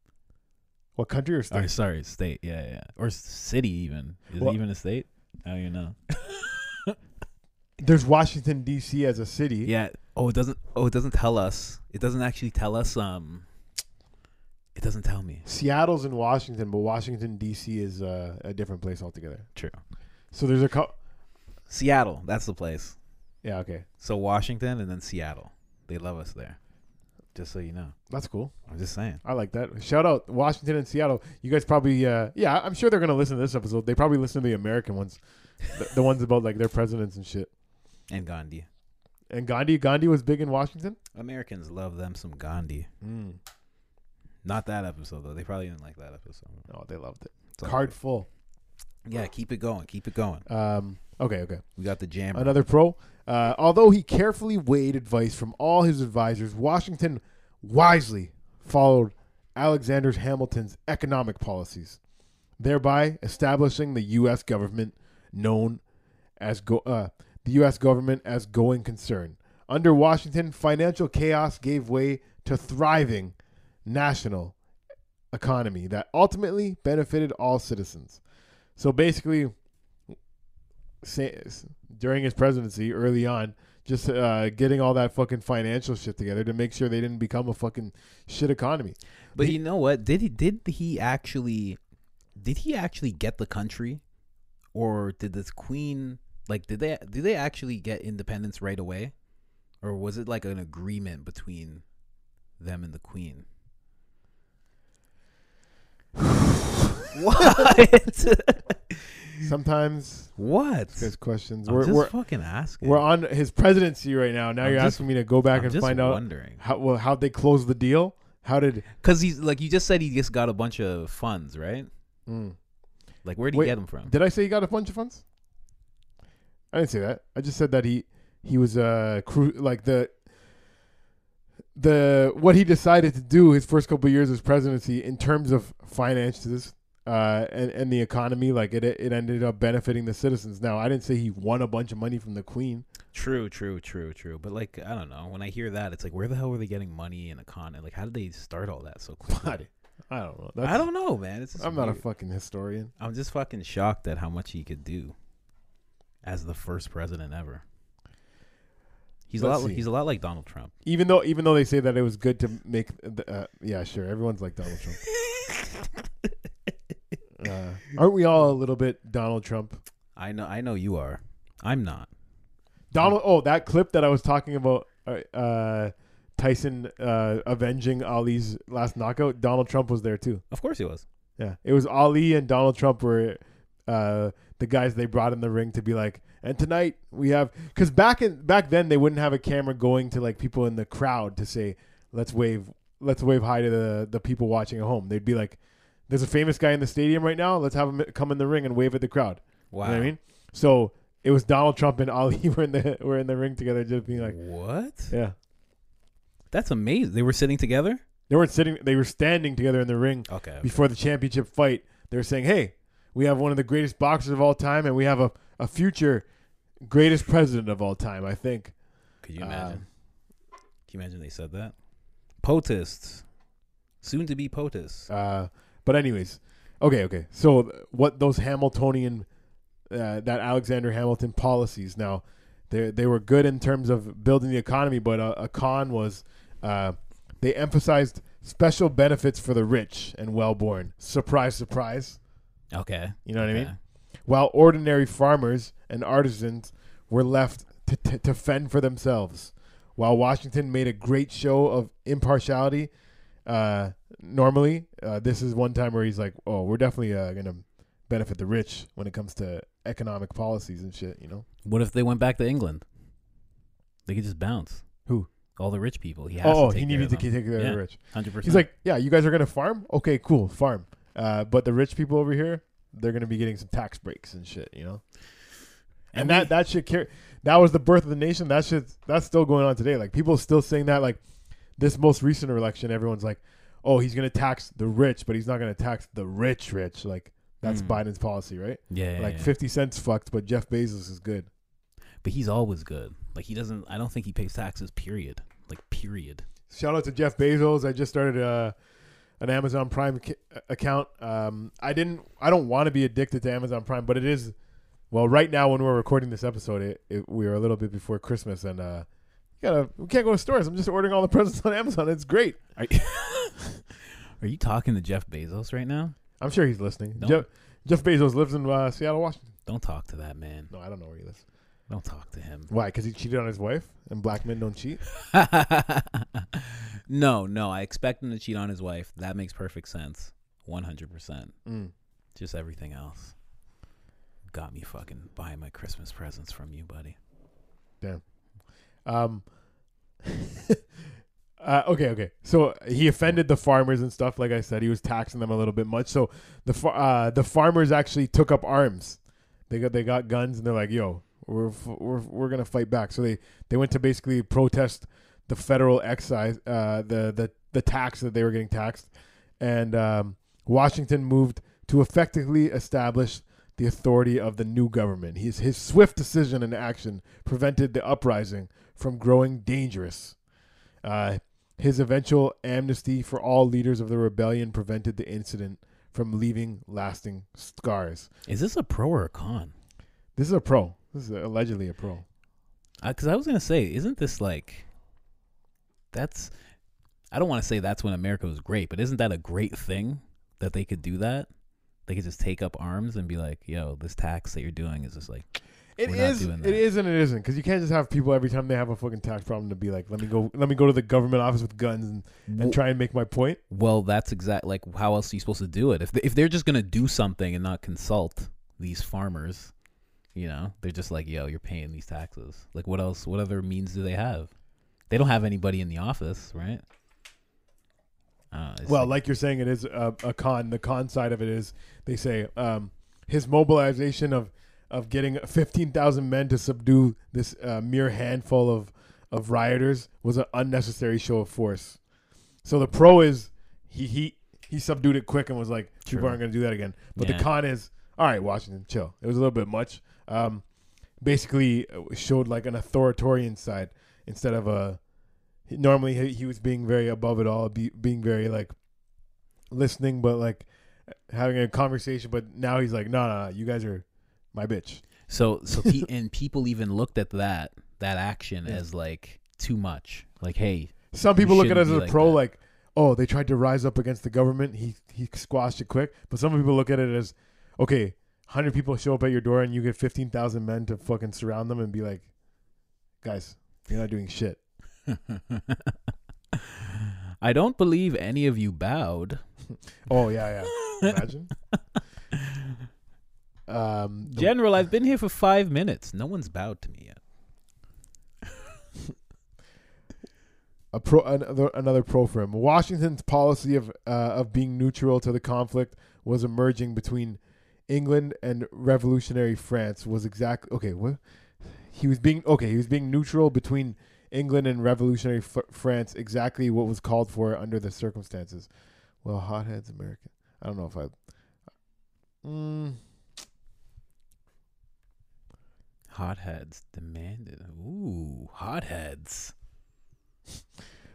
A: What country or state?
B: Or sorry, state. Yeah, yeah. Or s- city even. Is
A: Well-
B: it even a state? I don't even know.
A: There's Washington D.C. as a city.
B: Yeah. Oh, it doesn't. Oh, it doesn't tell us. It doesn't actually tell us. Um, it doesn't tell me.
A: Seattle's in Washington, but Washington D.C. is uh, a different place altogether.
B: True.
A: So there's a co-
B: Seattle. That's the place.
A: yeah, okay,
B: So Washington and then Seattle. They love us there. Just so you know.
A: that's cool.
B: I'm just saying.
A: I like that. Shout out Washington and Seattle. You guys probably, uh, yeah, I'm sure they're gonna listen to this episode. They probably listen to the American ones, the, the ones about like their presidents and shit.
B: And Gandhi.
A: And Gandhi, Gandhi was big in Washington.
B: Americans love them some Gandhi.
A: Mm.
B: Not that episode though. They probably didn't like that episode.
A: Oh, they loved it.
B: It's all
A: Card full.
B: good. Yeah, keep it going. Keep it going.
A: Um, okay, okay.
B: We got the jam.
A: Another pro. Uh, although he carefully weighed advice from all his advisors, Washington wisely followed Alexander Hamilton's economic policies, thereby establishing the U.S. government known as go- uh, the U.S. government as going concern. Under Washington, financial chaos gave way to thriving national economy that ultimately benefited all citizens. So basically, sa- during his presidency early on, just uh, getting all that fucking financial shit together to make sure they didn't become a fucking shit economy.
B: But you know what? Did he did he actually did he actually get the country, or did this queen like did they did they actually get independence right away, or was it like an agreement between them and the queen? what?
A: Sometimes
B: what?
A: those questions
B: I'm
A: we're
B: just
A: we're,
B: fucking asking.
A: we're on his presidency right now. Now
B: I'm
A: you're
B: just-
A: asking me to go back
B: I'm
A: and
B: just
A: find out
B: wondering
A: how well how they close the deal. How did
B: because he's like you just said he just got a bunch of funds, right?
A: mm.
B: Like where would he
A: Wait,
B: get them from?
A: did I say he got a bunch of funds? I didn't say that. I just said that he he was uh cru- like the the what he decided to do his first couple years as presidency in terms of finances uh and and the economy like it it ended up benefiting the citizens. Now I didn't say he won a bunch of money from the Queen.
B: True, true, true, true. But like, I don't know. When I hear that, it's like, where the hell were they getting money and a con? Like, how did they start all that so quickly?
A: I don't know. That's,
B: I don't know, man. It's just
A: I'm not a
B: weird.
A: fucking historian.
B: I'm just fucking shocked at how much he could do as the first president ever. He's a
A: Let's
B: lot. li-
A: see.
B: He's a lot like Donald Trump.
A: Even though even though they say that it was good to make the, uh, yeah sure everyone's like Donald Trump. Uh, aren't we all a little bit Donald Trump?
B: I know. I know you are. I'm not.
A: Donald. Oh, that clip that I was talking about, uh, uh, Tyson uh, avenging Ali's last knockout. Donald Trump was there too.
B: Of course he was.
A: Yeah, it was Ali and Donald Trump were uh, the guys they brought in the ring to be like. And tonight we have because back in back then they wouldn't have a camera going to like people in the crowd to say let's wave let's wave hi to the the people watching at home. They'd be like, "There's a famous guy in the stadium right now. Let's have him come in the ring and wave at the crowd."
B: Wow.
A: You know what I mean? So it was Donald Trump and Ali were in the were in the ring together, just being like,
B: what?
A: yeah.
B: That's amazing. They were sitting together.
A: They weren't sitting; they were standing together in the ring
B: Okay.
A: before the championship fight. They were saying, "Hey, we have one of the greatest boxers of all time, and we have a a future greatest president of all time." I think.
B: Could you
A: Um,
B: imagine? Can you imagine they said that? Potists, soon to be potists.
A: Uh, but anyways, okay, okay. So th- what those Hamiltonian, uh, that Alexander Hamilton policies now, they they were good in terms of building the economy, but a, a con was, uh, they emphasized special benefits for the rich and well-born. Surprise, surprise.
B: Okay.
A: You know what I
B: okay.
A: mean? While ordinary farmers and artisans were left to, to, to fend for themselves. While Washington made a great show of impartiality, uh, normally, uh, this is one time where he's like, oh, we're definitely uh, going to benefit the rich when it comes to economic policies and shit, you know?
B: What if they went back to England? They could just bounce.
A: Who?
B: All the rich people. He has
A: Oh, oh,
B: to take
A: he needed to take care of
B: Yeah.
A: the rich.
B: Hundred percent.
A: He's like, yeah, you guys are going to farm? Okay, cool, farm. Uh, but the rich people over here, they're going to be getting some tax breaks and shit, you know? and, that
B: we-
A: that shit car- that was the birth of the nation that shit that's still going on today like people still saying that like this most recent election everyone's like oh he's gonna tax the rich but he's not gonna tax the rich rich like that's
B: Mm.
A: biden's policy right
B: yeah, yeah,
A: like
B: yeah.
A: 50 cents fucked but jeff bezos is good
B: but he's always good. Like he doesn't. I don't think he pays taxes. Period. Like period.
A: shout out to jeff bezos i just started uh an amazon prime ca- uh, account um i didn't i don't want to be addicted to amazon prime but it is well right now when we're recording this episode it, it we are a little bit before christmas and uh you gotta we can't go to stores i'm just ordering all the presents on amazon it's great
B: Are you talking to Jeff Bezos right now?
A: i'm sure he's listening
B: No.
A: jeff, jeff bezos lives in uh, seattle washington
B: Don't talk to that man.
A: no i don't know where he lives
B: Don't talk to him.
A: why because he cheated on his wife and black men don't cheat
B: no, no. I expect him to cheat on his wife. That makes perfect sense. One hundred percent.
A: mm.
B: Just everything else. Got me fucking buying my Christmas presents from you, buddy.
A: Um, uh, okay, okay. So he offended the farmers and stuff. Like I said, he was taxing them a little bit much. So the far- uh, the farmers actually took up arms. They got they got guns and they're like, "Yo, we're f- we're we're gonna fight back." So they they went to basically protest the federal excise, uh, the the the tax that they were getting taxed, and um, Washington moved to effectively establish the authority of the new government. His his swift decision and action prevented the uprising from growing dangerous. Uh, his eventual amnesty for all leaders of the rebellion prevented the incident from leaving lasting scars.
B: Is this a pro or a con?
A: This is a pro. This is allegedly a pro.
B: Because Uh, I was gonna say, isn't this like? That's. I don't want to say that's when America was great, but isn't that a great thing that they could do that? They could just take up arms and be like, "Yo, this tax that you're doing is just like."
A: It
B: We're not
A: is.
B: doing
A: It
B: that.
A: is and it isn't because you can't just have people every time they have a fucking tax problem to be like, let me go, let me go to the government office with guns and, and try and make my point.
B: Well, that's exact. Like, how else are you supposed to do it? If they, if they're just gonna do something and not consult these farmers, you know, they're just like, "Yo, you're paying these taxes." Like, what else? What other means do they have? They don't have anybody in the office, right? Uh, it's
A: Well, like you're saying, it is a, a con. The con side of it is they say um, his mobilization of of getting 15,000 men to subdue this uh, mere handful of, of rioters was an unnecessary show of force. So the pro is he he he subdued it quick and was like, people
B: True.
A: aren't going to do that again. But
B: Yeah.
A: the con is, all right, Washington, chill. It was a little bit much. Um, basically uh, showed like an authoritarian side instead of a. he- Normally he, he was being very above it all, be, being very like listening, but like having a conversation. But now he's like, no, no, no you guys are my bitch.
B: So so pe- and people even looked at that that action
A: Yeah.
B: as like too much. Like hey,
A: Some people look at it
B: shouldn't
A: as
B: be
A: a
B: like
A: pro,
B: that.
A: like, oh, they tried to rise up against the government. He he squashed it quick. But some people look at it as, okay, hundred people show up at your door and you get fifteen thousand men to fucking surround them and be like, guys, you're not doing shit.
B: I don't believe any of you bowed.
A: Oh yeah, yeah. Imagine. um, the-
B: General, I've been here for five minutes. No one's bowed to me yet.
A: a pro another, another pro for him. Washington's policy of uh, of being neutral to the conflict was emerging between England and revolutionary France was exact. Okay, what he was being okay, he was being neutral between England and revolutionary fr- France. Exactly what was called for under the circumstances. Well, hotheads American. I don't know if I. Mm,
B: Hotheads demanded. Ooh, hotheads.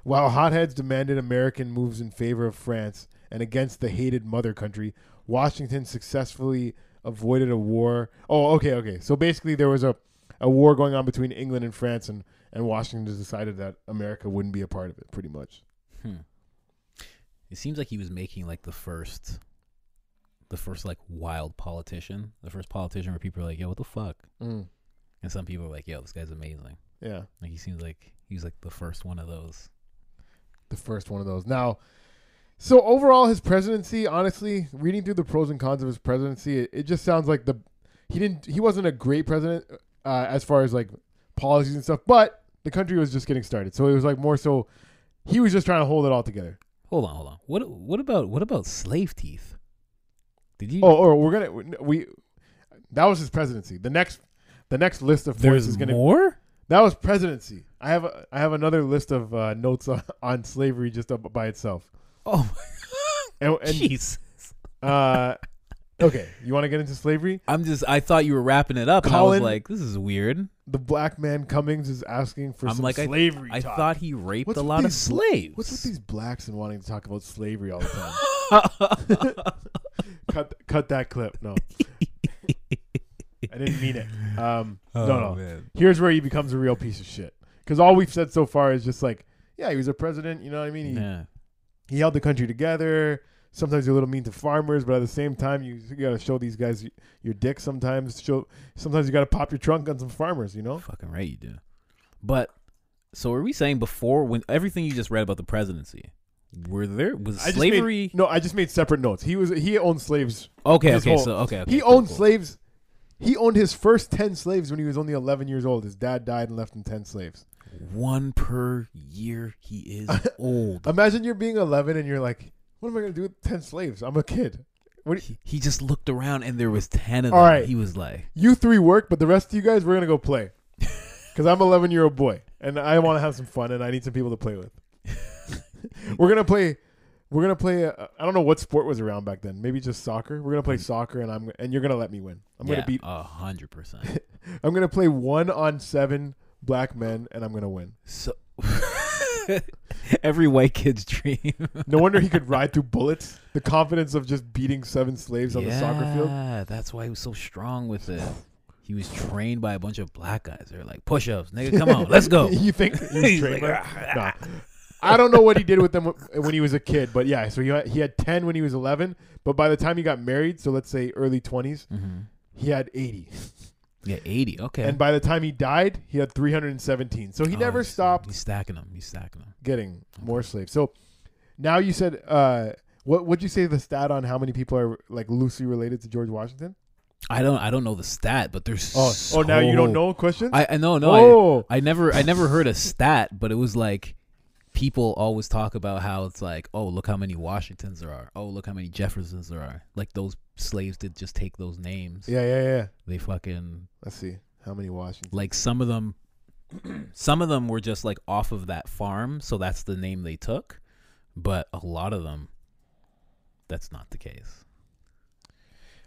A: While hotheads demanded American moves in favor of France and against the hated mother country, Washington successfully avoided a war. Oh, okay, okay. So basically, there was a, a war going on between England and France, and, and Washington decided that America wouldn't be a part of it, pretty much.
B: Hmm. It seems like he was making like the first, the first like wild politician, the first politician where people are like, "Yo, what the fuck," and some people are like, "Yo, this guy's amazing."
A: Yeah,
B: Like he seems like he was like the first one of those.
A: the first one of those. Now, so overall, his presidency, honestly, reading through the pros and cons of his presidency, it, it just sounds like the he didn't he wasn't a great president uh, as far as like policies and stuff, but the country was just getting started, so it was like more so he was just trying to hold it all together.
B: Hold on, hold on. What what about what about slave teeth? Did you?
A: Oh, or we're gonna we that was his presidency. The next the next list of points
B: there's
A: is gonna
B: more.
A: that was presidency. I have a, I have another list of uh, notes on, on slavery just up by itself.
B: Oh,
A: And,
B: my-
A: and
B: jeez.
A: uh, okay, you want to get into slavery?
B: I'm just. I thought you were wrapping it up, and I was
A: Colin-
B: like, "This is weird."
A: the black man Cummings is asking for
B: I'm
A: some
B: like, I-
A: slavery.
B: I
A: talk.
B: thought he raped
A: What's
B: a
A: with
B: lot of
A: these-
B: slaves.
A: What's with these blacks and wanting to talk about slavery all the time? cut, cut that clip. No, I didn't mean it. Um,
B: Oh,
A: no, no. Here's where he becomes a real piece of shit. Because all we've said so far is just like, yeah, he was a president. You know what I mean? He,
B: Yeah.
A: he held the country together. Sometimes you're a little mean to farmers, but at the same time, you, you got to show these guys y- your dick. Sometimes show. Sometimes you got to pop your trunk on some farmers. You know?
B: Fucking right, you do. But so, are we saying before when everything you just read about the presidency, were there was
A: I just made-
B: slavery?
A: no, I just made separate notes. He was he owned slaves
B: okay,
A: his
B: okay,
A: whole-
B: so okay, okay,
A: he
B: cool,
A: owned
B: cool.
A: slaves. He owned his first 10 slaves when he was only 11 years old. His dad died and left him 10 slaves.
B: one per year. He is old.
A: Imagine you're being 11 and you're like, what am I going to do with 10 slaves? I'm a kid. What
B: He, he just looked around and there was ten of them.
A: All right.
B: He was like,
A: you three work, but the rest of you guys, we're going to go play. Because I'm 11 year old boy and I want to have some fun and I need some people to play with. we're going to play. We're gonna play. uh, I don't know what sport was around back then. Maybe just soccer. We're gonna play soccer, and I'm and you're gonna let me win. I'm
B: Mm. yeah,
A: gonna beat.
B: a hundred percent.
A: I'm gonna play one on seven black men, and I'm gonna win.
B: So every white kid's dream.
A: No wonder he could ride through bullets. The confidence of just beating seven slaves on the soccer field.
B: Yeah, that's why he was so strong with it. He was trained by a bunch of black guys. They're like push ups, nigga. Come on, let's go.
A: you think he was
B: He's
A: trained
B: like, "Ah."
A: by- Nah. I don't know what he did with them wh- when he was a kid, but yeah. So he had, he had ten when he was eleven, but by the time he got married, so let's say early twenties,
B: hmm
A: he had eighty,
B: Yeah, eighty. Okay.
A: and by the time he died, he had three hundred and seventeen. So he
B: Oh,
A: never
B: he's-
A: stopped
B: He's stacking them. He's stacking them.
A: getting more slaves. So now you said, uh, what would you say the stat on how many people are like loosely related to George Washington?
B: I don't. I don't know the stat, but there's.
A: Oh,
B: so,
A: oh, now you don't know? Question?
B: I, I know. No. I,
A: oh,
B: I never. I never heard a stat, but it was like people always talk about how it's like, oh, look how many Washingtons there are. Oh, look how many Jeffersons there are. Like those slaves did just take those names.
A: Yeah, yeah, yeah.
B: They fucking
A: Let's see how many Washington.
B: like some of them some of them were just like off of that farm, so that's the name they took. But a lot of them that's not the case.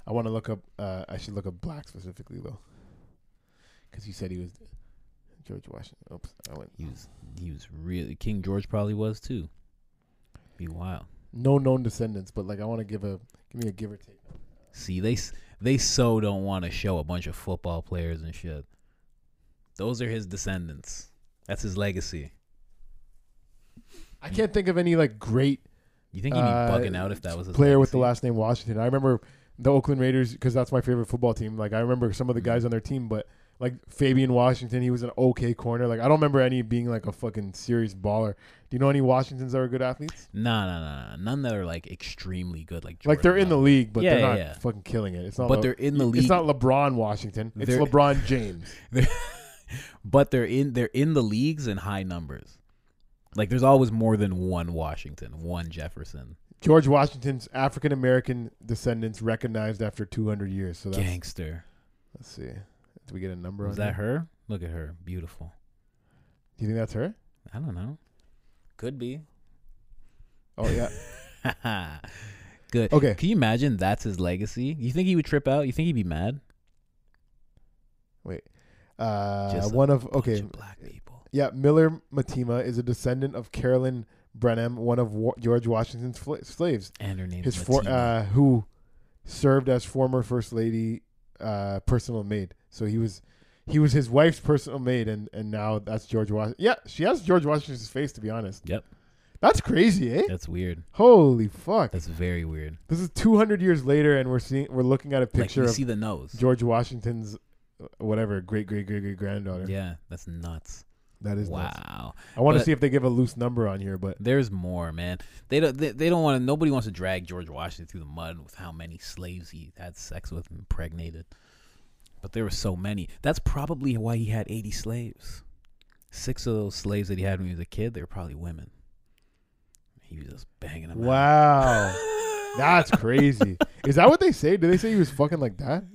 A: I want to look up. Uh, I should look up black specifically though, because you said he was George Washington. Oops, I went.
B: He was he was really King George probably was too. Be wild.
A: No known descendants, but like I want to give a give me a give or take.
B: See, they s- they so don't want to show a bunch of football players and shit. Those are his descendants. That's his legacy.
A: I
B: Mm.
A: can't think of any like great
B: You think he'd be
A: Uh,
B: bugging out if that was his
A: player with the
B: legacy?
A: last name Washington. I remember the Oakland Raiders because that's my favorite football team. Like I remember some of
B: Mm.
A: the guys on their team, but like Fabian Washington, he was an okay corner. Like I don't remember any being like a fucking serious baller. Do you know any Washingtons that were good athletes?
B: Nah, nah, nah, nah. None that are like extremely good. Like
A: like they're in the
B: league.
A: league, but
B: Yeah,
A: they're
B: yeah,
A: not
B: yeah.
A: fucking killing it. It's not.
B: But
A: Le-
B: they're in the
A: It's
B: league.
A: not LeBron Washington. It's
B: They're-
A: LeBron James.
B: but they're in they're in the leagues in high numbers. Like there's always more than one Washington, one Jefferson.
A: George Washington's African American descendants recognized after 200 years. So that's,
B: Gangster.
A: let's see. Do we get a number
B: Was
A: on
B: that her? Look at her, beautiful.
A: Do you think that's her?
B: I don't know. Could be.
A: Oh yeah.
B: Good.
A: Okay.
B: Can you imagine that's his legacy? You think he would trip out? You think he'd be mad?
A: Uh,
B: Just a
A: one of
B: Bunch
A: okay.
B: of black people.
A: Yeah, Miller Matima is a descendant of Carolyn Brenham, one of Wa- George Washington's fl- slaves.
B: And her name
A: His
B: is
A: for,
B: Matima.
A: uh, who served as former first lady, uh, personal maid. So he was, he was his wife's personal maid, and and now that's George Washington. Yeah, she has George Washington's face. To be honest.
B: Yep.
A: That's crazy, eh?
B: That's weird.
A: Holy fuck!
B: That's very weird.
A: This is 200 years later, and we're seeing we're looking at a picture
B: like you
A: of
B: see the nose.
A: George Washington's uh, whatever great great great great granddaughter.
B: Yeah, that's nuts.
A: That is
B: wow.
A: nuts. I want to
B: But-
A: see if they give a loose number on here, but
B: There's more, man. They don't. They, they don't want to. Nobody wants to drag George Washington through the mud with how many slaves he had sex with and impregnated. But there were so many. That's probably why he had 80 slaves. Six of those slaves that he had when he was a kid, they were probably women. He was just banging them. out.
A: wow, that's crazy. Is that what they say? Do they say he was fucking like that?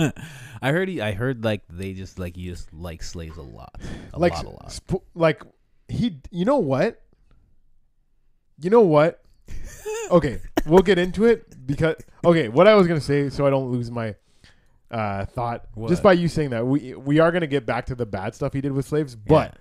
B: I heard. He, I heard like they just like you just like slaves a lot, a
A: like,
B: lot, a lot.
A: sp- like he, you know what? You know what? Okay, we'll get into it because okay, what I was gonna say, so I don't lose my uh, thought.
B: What?
A: Just by you saying that, we we are gonna get back to the bad stuff he did with slaves, but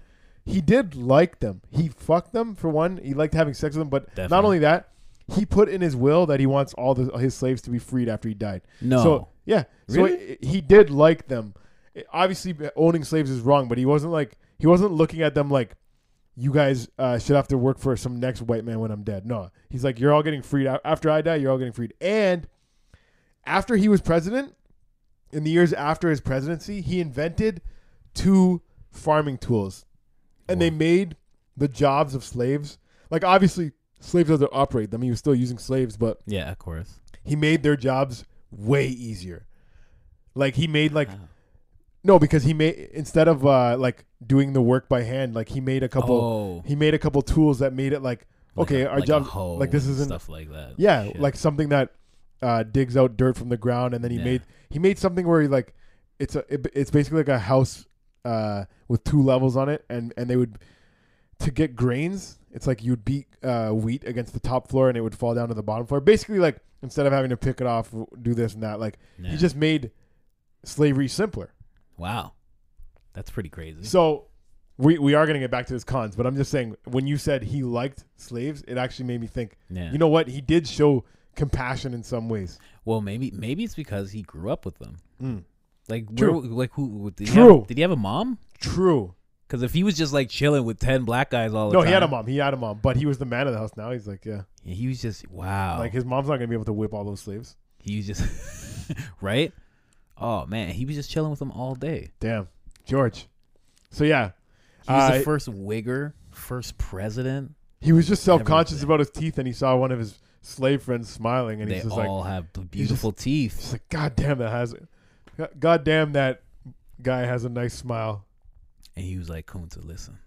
A: he did like them. He fucked them for one. He liked having sex with them, but not
B: Definitely.
A: only that, he put in his will that he wants all the, his slaves to be freed after he died.
B: no,
A: So yeah, so
B: Really?
A: it- he did like them. It- obviously, owning slaves is wrong, but he wasn't like he wasn't looking at them like you guys uh, should have to work for some next white man when I'm dead. No, he's like you're all getting freed out after I die. You're all getting freed. And after he was president, in the years after his presidency, he invented two farming tools, and they
B: Wow.
A: made the jobs of slaves. Like obviously, slaves doesn't operate them. He was still using slaves, but
B: yeah, of course.
A: he made their jobs way easier. Like he made like
B: Wow.
A: no because he made instead of uh like doing the work by hand, like he made a couple
B: oh,
A: he made a couple tools that made it like
B: like
A: okay,
B: a-
A: our
B: like a
A: job
B: hoe
A: like this
B: and
A: isn't
B: stuff like that.
A: yeah,
B: Shit.
A: like something that uh digs out dirt from the ground and then he
B: Yeah.
A: made he made something where he like it's a it- it's basically like a house uh with two levels on it and and they would to get grains, it's like you'd beat uh, wheat against the top floor and it would fall down to the bottom floor. Basically, like instead of having to pick it off, w- do this and that. Like
B: Yeah.
A: he just made slavery simpler.
B: wow, that's pretty crazy.
A: So we we are gonna get back to his cons, but I'm just saying when you said he liked slaves, it actually made me think.
B: yeah.
A: You know what? He did show compassion in some ways.
B: well, maybe maybe it's because he grew up with them.
A: Mm.
B: Like where,
A: True.
B: like who? Did He
A: True.
B: have, did he have a mom?
A: True.
B: Because if he was just like chilling with ten black guys all the
A: No,
B: time,
A: he had a mom. He had a mom, but he was the man of the house. Now he's like, yeah,
B: He was just wow.
A: like his mom's not gonna be able to whip all those slaves.
B: he was just right. Oh man, he was just chilling with them all day.
A: Damn, George. So yeah,
B: He was the
A: I-
B: first Wigger, first president.
A: He was just self conscious
B: Everything.
A: about his teeth, and he saw one of his slave friends smiling, and
B: They
A: he's just
B: all
A: like,
B: have b- beautiful teeth.
A: he's like, God damn, that has, God damn, that guy has a nice smile.
B: And he was like, Kunta, listen,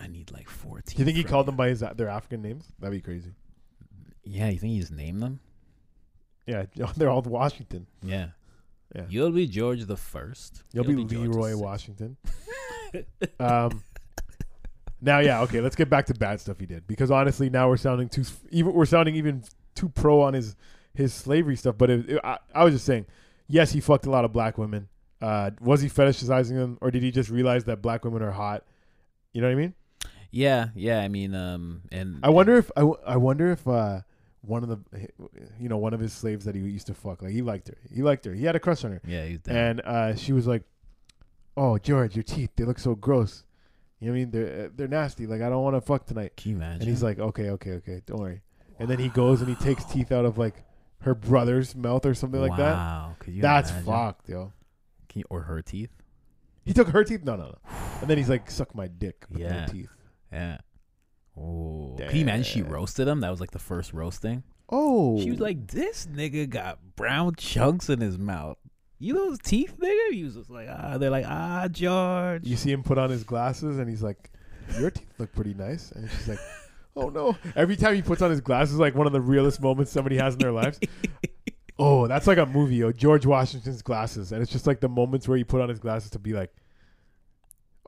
B: I need like fourteen.
A: Do you think he
B: from
A: called them by his their African names? That'd be crazy.
B: Yeah, you think he just named them?
A: Yeah, they're all Washington.
B: Yeah.
A: Yeah.
B: You'll be George the first.
A: You'll, be,
B: George the
A: Leroy
B: sixth.
A: Washington. um, now, yeah, okay. Let's get back to bad stuff he did because honestly, now we're sounding too even we're sounding even too pro on his his slavery stuff. But it, it- I, I was just saying, yes, he fucked a lot of black women. Uh, was he fetishizing them, or did he just realize that black women are hot? You know what I mean?
B: Yeah, yeah. I mean, um, and
A: I wonder if I, w- I wonder if uh, one of the you know one of his slaves that he used to fuck like he liked her, he liked her, he had a crush on her.
B: Yeah, he's dead.
A: and uh, she was like, "Oh, George, your teeth—they look so gross. You know what I mean? They're uh, they're nasty. Like I don't want to fuck tonight."
B: Can you imagine?
A: And he's like, "Okay, okay, okay, don't worry." And then he goes and he takes teeth out of like her brother's mouth or something like that.
B: Wow, could you
A: That's
B: imagine?
A: fucked, yo.
B: Can you, or her teeth?
A: He took her teeth. No, no, no. And then he's like, "Suck my dick." With
B: Yeah.
A: No teeth.
B: Yeah. Oh, can you imagine she
A: Damn.
B: roasted him? That was like the first roasting.
A: Oh,
B: She was like, "This nigga got brown chunks in his mouth. You those teeth, nigga." He was just like, "Ah," they're like, "Ah, George."
A: You see him put on his glasses, and he's like, "Your teeth look pretty nice." And she's like, "Oh no!" Every time he puts on his glasses, like one of the realest moments somebody has in their lives. Oh, that's like a movie, yo. George Washington's glasses, and it's just like the moments where he put on his glasses to be like,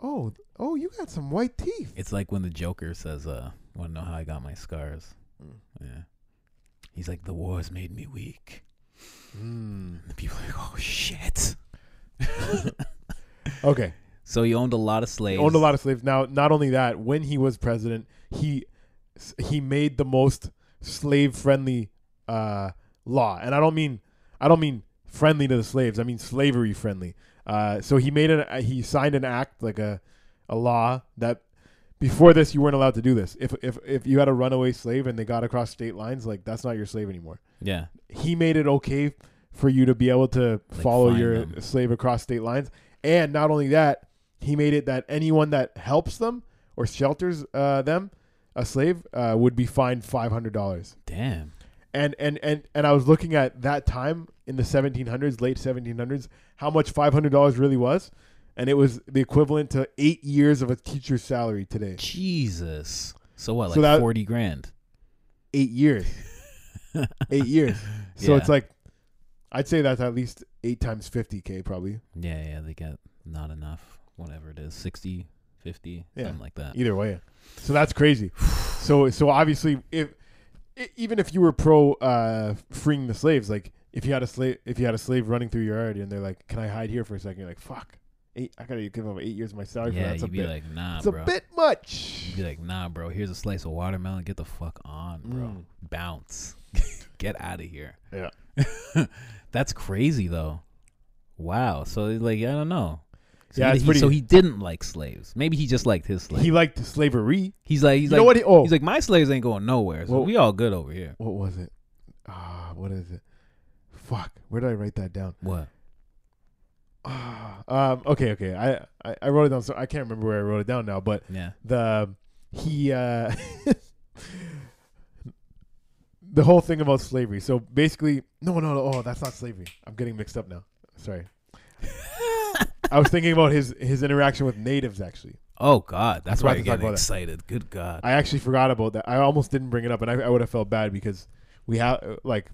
A: "Oh, oh, you got some white teeth."
B: It's like when the Joker says, "Uh, want to know how I got my scars?"
A: Mm.
B: Yeah. He's like, "The wars made me weak."
A: Mm.
B: And the people are like, "Oh shit."
A: Okay,
B: So he owned a lot of slaves.
A: he owned a lot of slaves. Now, not only that, when he was president, he he made the most slave-friendly uh, law, and I don't mean I don't mean friendly to the slaves. I mean slavery friendly. Uh, so he made an uh, he signed an act like a a law that before this you weren't allowed to do this. If if if you had a runaway slave and they got across state lines, like that's not your slave anymore.
B: Yeah.
A: He made it okay for you to be able to
B: Like,
A: follow
B: find
A: your
B: them.
A: slave across state lines, and not only that, he made it that anyone that helps them or shelters uh, them, a slave, uh, would be fined five hundred dollars
B: Damn.
A: and and and and I was looking at that time in the 1700s, late 1700s, how much five hundred dollars really was, and it was the equivalent to eight years of a teacher's salary today.
B: Jesus. So what? Like
A: So that-
B: forty grand.
A: Eight years, eight years. So
B: Yeah.
A: it's like, I'd say that's at least eight times fifty k probably.
B: Yeah, yeah, they got not enough, whatever it is, 60, 50,
A: Yeah.
B: something like that.
A: Either way, so that's crazy. So so obviously, if i- even if you were pro uh, freeing the slaves, like if you had a slave, if you had a slave running through your yard and they're like, "Can I hide here for a 2nd You're like, "Fuck, eight, I gotta give up eight years of my salary for
B: yeah,
A: that." It's a
B: you'd be
A: bit,
B: like, nah,
A: it's a
B: bro.
A: bit much.
B: You'd be like, nah, bro. Here's a slice of watermelon. Get the fuck on, bro.
A: Mm.
B: Bounce. Get out of here.
A: Yeah.
B: That's crazy though. Wow. So like, I don't know. So
A: Yeah,
B: he,
A: it's
B: he-
A: pretty-
B: So he didn't like slaves. Maybe he just liked his slaves.
A: He liked slavery.
B: he's like, he's
A: you
B: like,
A: know what? He, oh,
B: he's like, my slaves ain't going nowhere. So
A: Well-
B: we all good over here.
A: what was it? Ah, what is it? Fuck, where did I write that down?
B: What?
A: Ah, um, okay, okay, I, I I wrote it down, so I can't remember where I wrote it down now, but
B: Yeah.
A: the he uh the whole thing about slavery. So basically, no, no, no. Oh, that's not slavery. I'm getting mixed up now. Sorry. I was thinking about his his interaction with natives. Actually,
B: Oh God, that's why
A: forgot to
B: you're
A: talk
B: getting
A: about that.
B: excited. Good God.
A: I actually forgot about that. I almost didn't bring it up, and I, I would have felt bad because we have like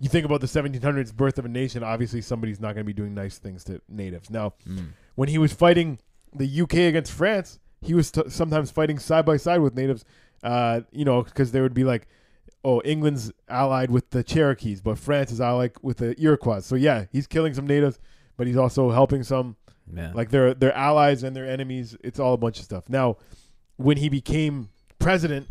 A: you think about the 1700s birth of a nation. Obviously, somebody's not going to be doing nice things to natives. Now,
B: Mm.
A: when he was fighting the UK against France, he was t- sometimes fighting side by side with natives, uh, you know, because they would be like, oh, England's allied with the Cherokees, but France is allied with the Iroquois. So yeah, he's killing some natives, but he's also helping some
B: Yeah.
A: like they're they're allies and their enemies. It's all a bunch of stuff. Now, when he became president,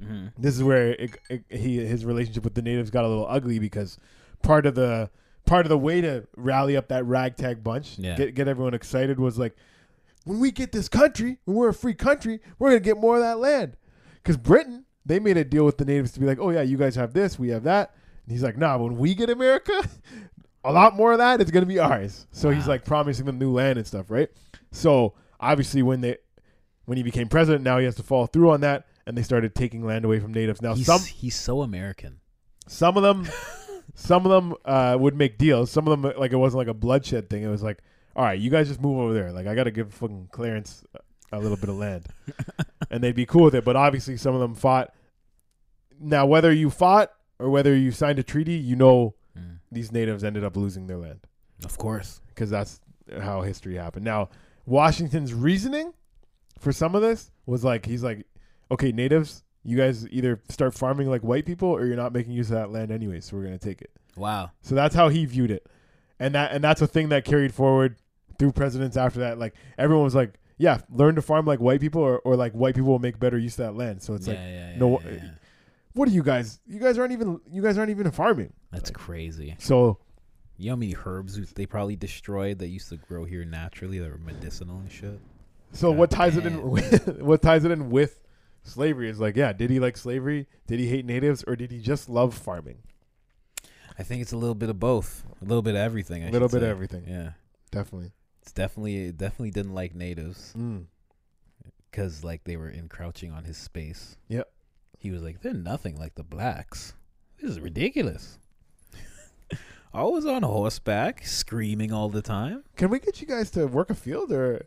B: Mhm.
A: this is where it, it, he his relationship with the natives got a little ugly because part of the part of the way to rally up that ragtag bunch,
B: Yeah.
A: get get everyone excited, was like, when we get this country, when we're a free country, we're gonna get more of that land. Because Britain, they made a deal with the natives to be like, oh yeah, you guys have this, we have that. And he's like, nah, when we get America, a lot more of that is gonna be ours. So he's
B: Wow.
A: like promising them new land and stuff, right? So obviously, when they when he became president, now he has to follow through on that, and they started taking land away from natives. Now
B: he's,
A: some
B: he's so American.
A: some of them, some of them uh, would make deals. Some of them, like it wasn't like a bloodshed thing. It was like, all right, you guys just move over there. Like I got to give fucking clearance. a little bit of land, and they'd be cool with it. But obviously, some of them fought. Now, whether you fought or whether you signed a treaty, you know
B: Mm.
A: these natives ended up losing their land
B: Of course.
A: because that's how history happened. Now, Washington's reasoning for some of this was like he's like, okay, natives, you guys either start farming like white people or you're not making use of that land anyway, so we're gonna take it.
B: Wow.
A: So that's how he viewed it, and that and that's a thing that carried forward through presidents after that. Like everyone was like, yeah, learn to farm like white people, or, or like white people will make better use of that land. So it's
B: yeah,
A: like,
B: yeah, yeah,
A: no-
B: yeah, yeah.
A: what are you guys? You guys aren't even you guys aren't even farming.
B: That's crazy.
A: So
B: You know how many herbs they probably destroyed that used to grow here naturally that were medicinal and shit?
A: So
B: God
A: what ties it
B: damn.
A: in? With, what ties it in with slavery is like, yeah, did he like slavery? Did he hate natives, or did he just love farming?
B: I think it's a little bit of both. A little bit of everything. I
A: A little
B: should
A: bit of
B: say.
A: everything,
B: Yeah.
A: definitely.
B: It's definitely, it definitely didn't like natives
A: Mm.
B: because, like, they were encroaching on his space.
A: Yep.
B: He was like, they're nothing like the blacks. This is ridiculous. Always on horseback, screaming all the time.
A: Can we get you guys to work a field, or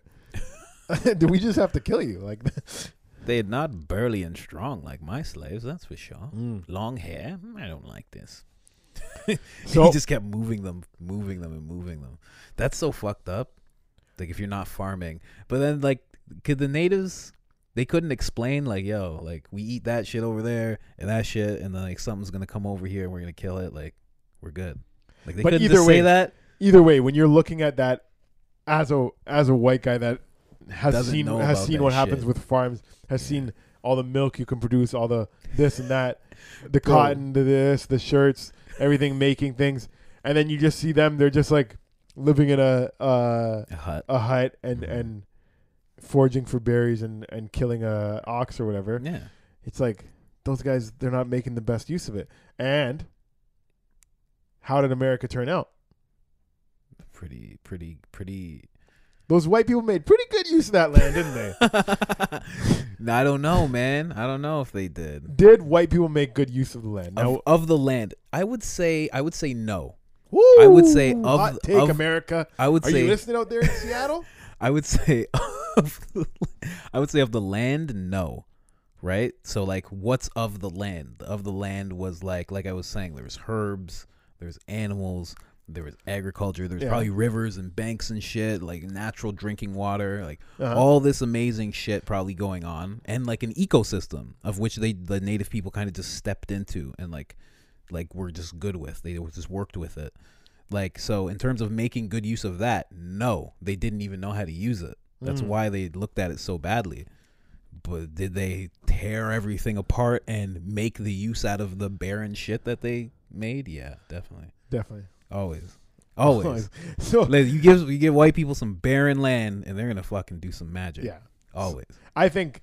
A: do we just have to kill you? Like,
B: They're not burly and strong like my slaves, that's for sure.
A: Mm.
B: Long hair, mm, I don't like this.
A: so
B: he just kept moving them, moving them, and moving them. That's so fucked up. Like if you're not farming, but then like, could the natives? They couldn't explain like, yo, like we eat that shit over there and that shit, and then like something's gonna come over here and we're gonna kill it. Like we're good. Like they
A: But
B: couldn't
A: either
B: just say
A: way,
B: that.
A: either way, when you're looking at that as a as a white guy that has
B: Doesn't
A: seen
B: know
A: has
B: about
A: seen
B: that
A: what happens
B: shit.
A: with farms, has
B: Yeah.
A: seen all the milk you can produce, all the this and that, the
B: Bro.
A: cotton, the this, the shirts, everything making things, and then you just see them. They're just like living in a uh,
B: A hut.
A: a hut and
B: Mhm.
A: and foraging for berries and and killing a ox or whatever.
B: Yeah.
A: It's like those guys. They're not making the best use of it. And how did America turn out?
B: Pretty, pretty, pretty
A: Those white people made pretty good use of that land, didn't they?
B: No, I don't know, man. I don't know if they did.
A: Did white people make good use of the land?
B: Of, of the land, I would say, I would say no.
A: Woo!
B: I would say of-
A: Hot take
B: of-
A: America.
B: I would
A: Are
B: say
A: you listening out there in Seattle?
B: I would say, of the- I would say of the land, no, right? So like, what's of the land? Of the land was like, like I was saying, there was herbs, there was animals, there was agriculture, there's
A: Yeah.
B: probably rivers and banks and shit, like natural drinking water, like
A: Uh-huh.
B: all this amazing shit probably going on, and like an ecosystem of which they the native people kind of just stepped into and like, like were just good with. They just worked with it. Like so, in terms of making good use of that, no, they didn't even know how to use it. That's
A: Mm.
B: why they looked at it so badly. But did they tear everything apart and make the use out of the barren shit that they made? Yeah, definitely,
A: Definitely.
B: always, always.
A: So
B: Like, you give you give white people some barren land, and they're gonna fucking do some magic.
A: yeah,
B: always.
A: I think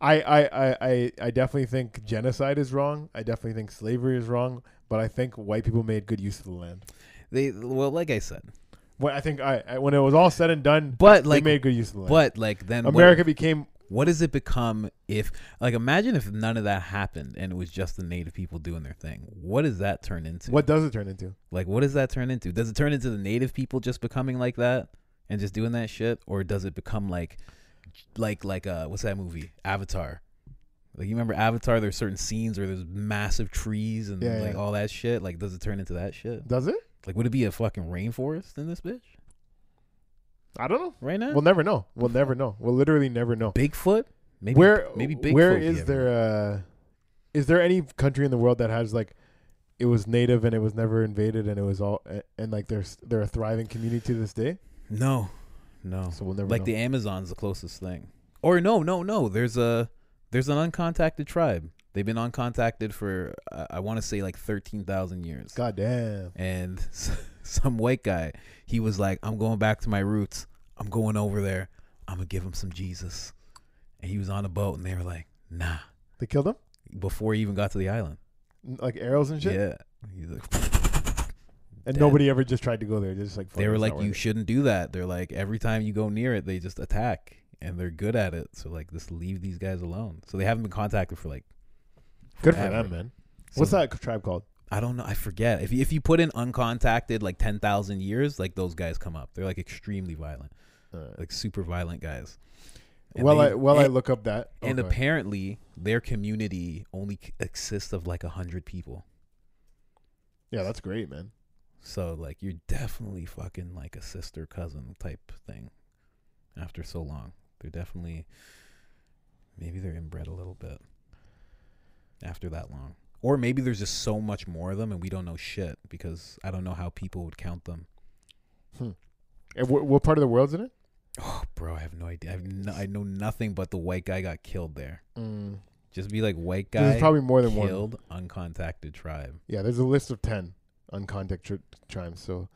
A: I I, I I I definitely think genocide is wrong. I definitely think slavery is wrong. But I think white people made good use of the land.
B: They well, like I said,
A: When I think I, I when it was all said and done,
B: but
A: they
B: like,
A: made good use of the land.
B: but like then what-
A: America became
B: what does it become if like imagine if none of that happened and it was just the native people doing their thing what does that turn into
A: what does it turn into?
B: like what does that turn into does it turn into the native people just becoming like that and just doing that shit or does it become like like like uh what's that movie avatar like you remember avatar there's certain scenes where there's massive trees and
A: Yeah,
B: like
A: yeah.
B: all that shit like does it turn into that shit
A: Does it?
B: like would it be a fucking rainforest in this bitch
A: I don't know.
B: right now
A: We'll never know. We'll never know. We'll literally never know.
B: bigfoot maybe
A: where
B: maybe bigfoot
A: where
B: would be
A: is
B: everywhere.
A: there uh is there any country in the world that has like it was native and it was never invaded and it was all and, and like there's they're a thriving community to this day
B: no no
A: so we'll never
B: Oh. like
A: know.
B: the Amazon's the closest thing. Or no, no, no. There's a there's an uncontacted tribe. They've been uncontacted for uh, I want to say like thirteen thousand years.
A: god damn
B: And s- some white guy, he was like, "I'm going back to my roots. I'm going over there. I'm gonna give him some Jesus." And he was on a boat, and they were like, "Nah."
A: they killed them
B: Before he even got to the island.
A: like arrows and shit
B: Yeah. He's like,
A: and
B: dead.
A: nobody ever just tried to go there They're just like fuck
B: they
A: it,
B: were
A: it's
B: like,
A: not
B: you
A: worth it."
B: shouldn't do that. They're like, every time you go near it, they just attack, and they're good at it. So like, just leave these guys alone. So they haven't been contacted for like.
A: good for
B: forever.
A: them man
B: So-
A: what's that tribe called
B: I don't know. I forget. If you, if you put in uncontacted like ten thousand years, like those guys come up. They're like extremely violent,
A: uh,
B: like super violent guys. And
A: well,
B: they-
A: I well I
B: and-
A: look up that.
B: and
A: Okay.
B: apparently their community only c- consists of like a hundred people.
A: yeah, that's great, man.
B: So like you're definitely fucking like a sister cousin type thing. After so long, they're definitely maybe they're inbred a little bit. After that long, or maybe there's just so much more of them and we don't know shit because I don't know how people would count them.
A: And wh- what part of the world's in it?
B: Oh, bro, I have no idea. I, have no, I know nothing but the white guy got killed there.
A: Mm.
B: Just be like white guy
A: There's probably more than one.
B: killed uncontacted tribe
A: Yeah, there's a list of ten uncontact tri- chimes. So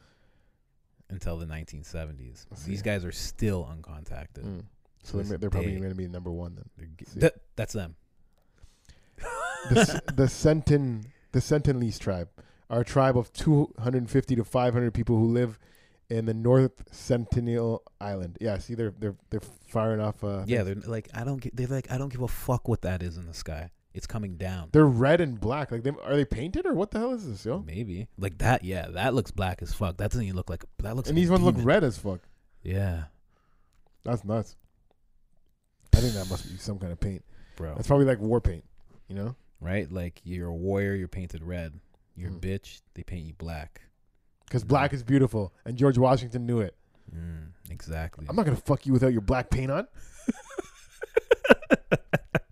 B: until the 1970s.
A: I see.
B: These guys are still uncontacted.
A: mm.
B: To
A: so they,
B: this
A: ma- they're probably
B: day.
A: going to be number one then.
B: They're g-
A: See.
B: Th- that's them.
A: The s- the Sentin the Sentinelese tribe are a tribe of 250 to 500 people who live in the North Sentinel Island. Yeah, see, they're they're they're firing off. Uh,
B: yeah, they're like I don't. gi- They're like I don't give a fuck what that is in the sky. It's coming down.
A: they're red and black. Like, they, are they painted or what the hell is this, yo?
B: Maybe like that. Yeah, that looks black as fuck. That doesn't even look like that looks.
A: And
B: like
A: these
B: a
A: ones look
B: demon.
A: red as fuck.
B: Yeah,
A: That's nuts. I think that must be some kind of paint.
B: bro.
A: That's probably like war paint, you know?
B: right? Like you're a warrior. You're painted red. You're a
A: Mm.
B: bitch. They paint you black.
A: Because
B: No.
A: black is beautiful, and George Washington knew it.
B: Mm, exactly.
A: I'm not gonna fuck you without your black paint on.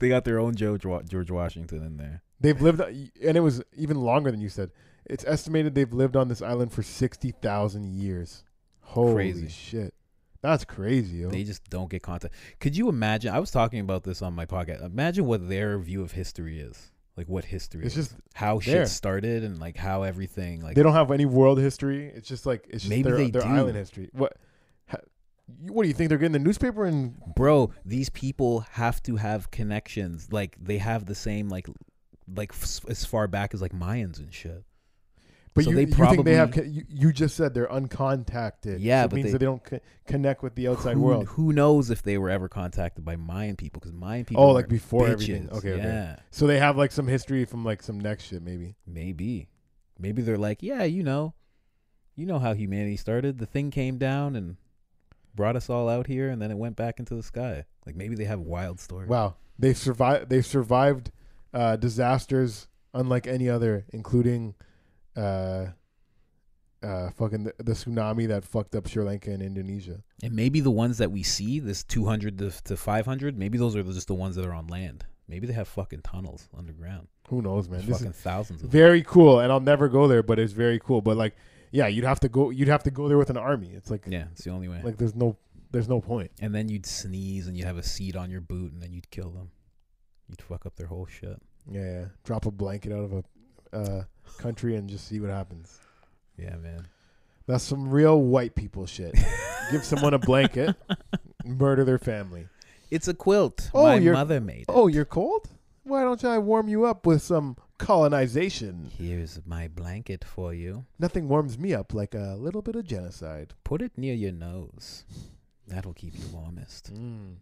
B: they got their own George Wa- George Washington in there.
A: They've lived, uh, and it was even longer than you said. It's estimated they've lived on this island for sixty thousand years. Holy
B: Crazy.
A: shit, that's crazy, yo.
B: They just don't get contact. Could you imagine? I was talking about this on my podcast. Imagine what their view of history is. Like what history
A: it's
B: is.
A: just
B: How
A: there.
B: shit started and like how everything like
A: they don't have any world history. It's just like it's just
B: Maybe
A: their,
B: they
A: their
B: do.
A: island history. What? ha- you- What do you think they're getting the newspaper and
B: bro, these people have to have connections. Like they have the same like like f- as far back as like Mayans and shit.
A: but
B: So
A: you,
B: they
A: you think they have
B: probably-
A: co- you, you just said they're uncontacted.
B: Yeah,
A: so it
B: but
A: means
B: they-
A: that they don't co- connect with the outside
B: who,
A: world.
B: Who knows if they were ever contacted by Mayan people cuz Mayan people
A: Oh,
B: were
A: like before everything.
B: bitches.
A: Okay, okay.
B: Yeah.
A: So they have like some history from like some next shit maybe.
B: Maybe. Maybe they're like, yeah, you know, you know how humanity started. The thing came down and brought us all out here, and then it went back into the sky. Like maybe they have wild stories.
A: Wow, they've survived. They've survived uh, disasters unlike any other, including uh, uh, fucking the, the tsunami that fucked up Sri Lanka and Indonesia.
B: And maybe the ones that we see, this 200 to, to 500, maybe those are just the ones that are on land. Maybe they have fucking tunnels underground.
A: Who knows, man?
B: There's
A: This
B: fucking
A: is
B: thousands of them.
A: very cool, and I'll never go there, but it's very cool. But like, yeah, you'd have to go. You'd have to go there with an army. It's like,
B: Yeah, it's the only way.
A: like there's no, there's no point.
B: and then you'd sneeze and you'd have a seed on your boot and then you'd kill them. You'd fuck up their whole shit.
A: Yeah, yeah. drop a blanket out of a uh, country and just see what happens.
B: Yeah, man.
A: That's some real white people shit. Give someone a blanket, murder their family.
B: It's a quilt.
A: Oh,
B: My
A: you're-
B: mother made it.
A: Oh, you're cold? Why don't I warm you up with some colonization?
B: Here's my blanket for you.
A: Nothing warms me up like a little bit of genocide.
B: Put it near your nose. That'll keep you warmest.
A: Mm.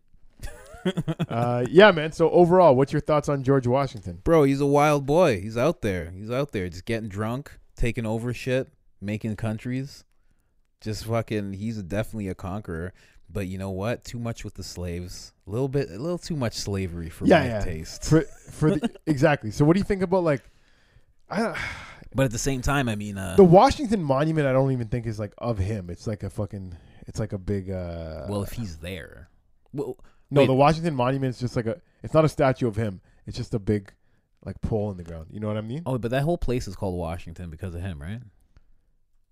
A: uh, yeah, man. So overall, what's your thoughts on George Washington?
B: Bro, he's a wild boy. He's out there. He's out there just getting drunk, taking over shit, making countries. Just fucking he's definitely a conqueror. But you know what? Too much with the slaves. A little bit a little too much slavery for
A: Yeah,
B: my
A: yeah.
B: taste.
A: For for the, exactly. So what do you think about like I,
B: but at the same time, I mean uh
A: the Washington Monument? I don't even think is like of him. It's like a fucking. It's like a big. Uh,
B: well if he's there. Well
A: no,
B: wait.
A: the Washington Monument is just like a. It's not a statue of him. It's just a big, like pole in the ground. You know what I mean?
B: oh but that whole place is called Washington because of him, right?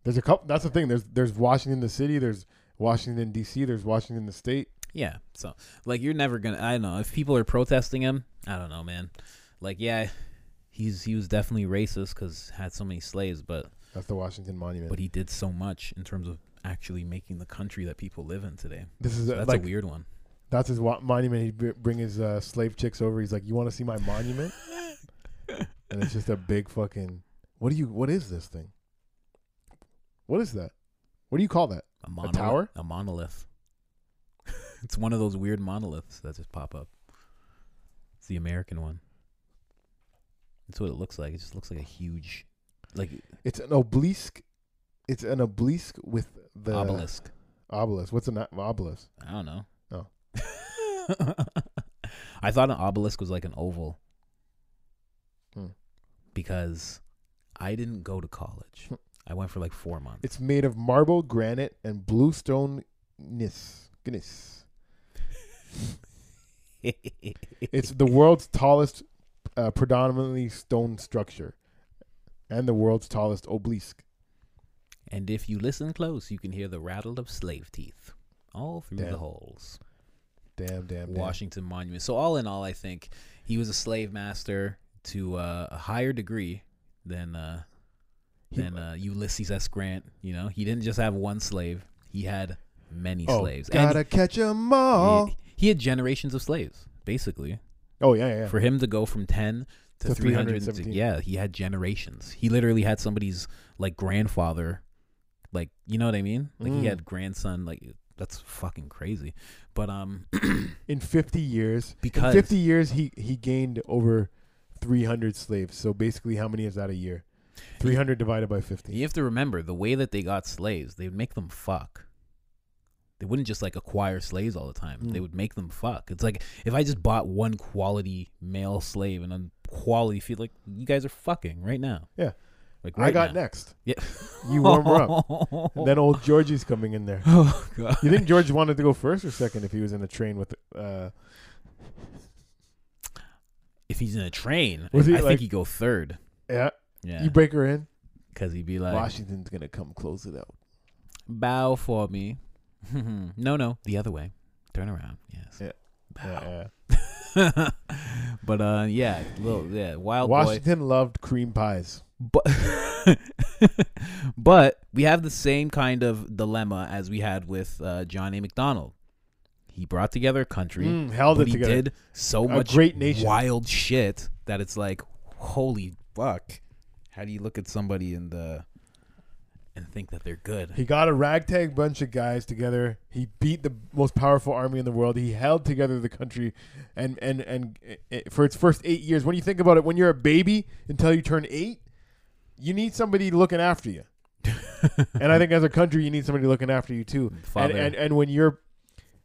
A: There's a couple. That's the thing. There's there's Washington the city. There's Washington D.C. There's Washington the state.
B: Yeah. So like you're never gonna I don't know, if people are protesting him, I don't know, man. Like yeah, he's he was definitely racist cuz had so many slaves, but
A: That's the Washington Monument.
B: but he did so much in terms of actually making the country that people live in today.
A: this is
B: So
A: uh,
B: that's
A: like
B: a weird one.
A: that's his wa- monument. He'd br- bring his uh, slave chicks over. He's like, "You want to see my monument?" and it's just a big fucking. What do you? What is this thing? What is that? What do you call that?
B: A, monolith,
A: tower?
B: A monolith. it's one of those weird monoliths that just pop up. It's the American one. That's what it looks like. It just looks like a huge like
A: It's an obelisk. It's an obelisk with the
B: obelisk.
A: Obelisk. What's an o- obelisk?
B: I don't know.
A: Oh.
B: I thought an obelisk was like an oval
A: Hmm.
B: because I didn't go to college.
A: Hmm.
B: I went for like four months.
A: It's made of marble, granite, and bluestone gneiss. Gneiss. It's the world's tallest, uh, predominantly stone structure, and the world's tallest obelisk.
B: and if you listen close, you can hear the rattle of slave teeth all through
A: Damn.
B: the holes.
A: Damn, damn, damn.
B: Washington Monument. So all in all, I think he was a slave master to uh, a higher degree than uh,
A: He-
B: than uh, Ulysses S. Grant. You know, he didn't just have one slave; he had many
A: oh,
B: slaves.
A: gotta catch 'em all.
B: he, he had generations of slaves, basically.
A: oh yeah, yeah, yeah.
B: For him to go from ten to,
A: To
B: three hundred,
A: 317.
B: yeah, he had generations. He literally had somebody's like grandfather, like you know what I mean? Like
A: Mm.
B: he had grandson. Like that's fucking crazy. But um,
A: In fifty years,
B: because
A: in fifty years, he he gained over three hundred slaves. So basically, how many is that a year? Three hundred divided by fifty.
B: You have to remember the way that they got slaves, they would make them fuck. They wouldn't just like acquire slaves all the time. They
A: Mm.
B: would make them fuck. It's like if I just bought one quality male slave and a quality feel like you guys are fucking right now.
A: Yeah.
B: Like
A: I got
B: now.
A: next.
B: Yeah.
A: You warm her up.
B: up.
A: And then old Georgie's coming in there.
B: Oh god.
A: You think George wanted to go first or second if he was in a train with? Uh,
B: If he's in a train,
A: Was
B: I
A: he, like-
B: think he'd go third.
A: yeah,
B: Yeah.
A: you break her in.
B: Cuz he'd be like
A: Washington's gonna come close it out.
B: bow for me. no, no, the other way. Turn around. Yes.
A: Yeah. Yeah,
B: but uh yeah, little yeah,
A: yeah.
B: wild boy.
A: Washington loved cream pies.
B: but but we have the same kind of dilemma as we had with uh, John A. McDonald. He brought together a country,
A: Mm, held
B: but
A: it
B: he
A: together.
B: did so
A: A
B: much
A: great nation.
B: wild shit that it's like, holy fuck! How do you look at somebody and uh, and think that they're good?
A: He got a ragtag bunch of guys together. He beat the most powerful army in the world. He held together the country, and and and uh, for its first eight years. When you think about it, when you're a baby until you turn eight, you need somebody looking after you. and I think as a country, you need somebody looking after you too. And,
B: Father,
A: and and when you're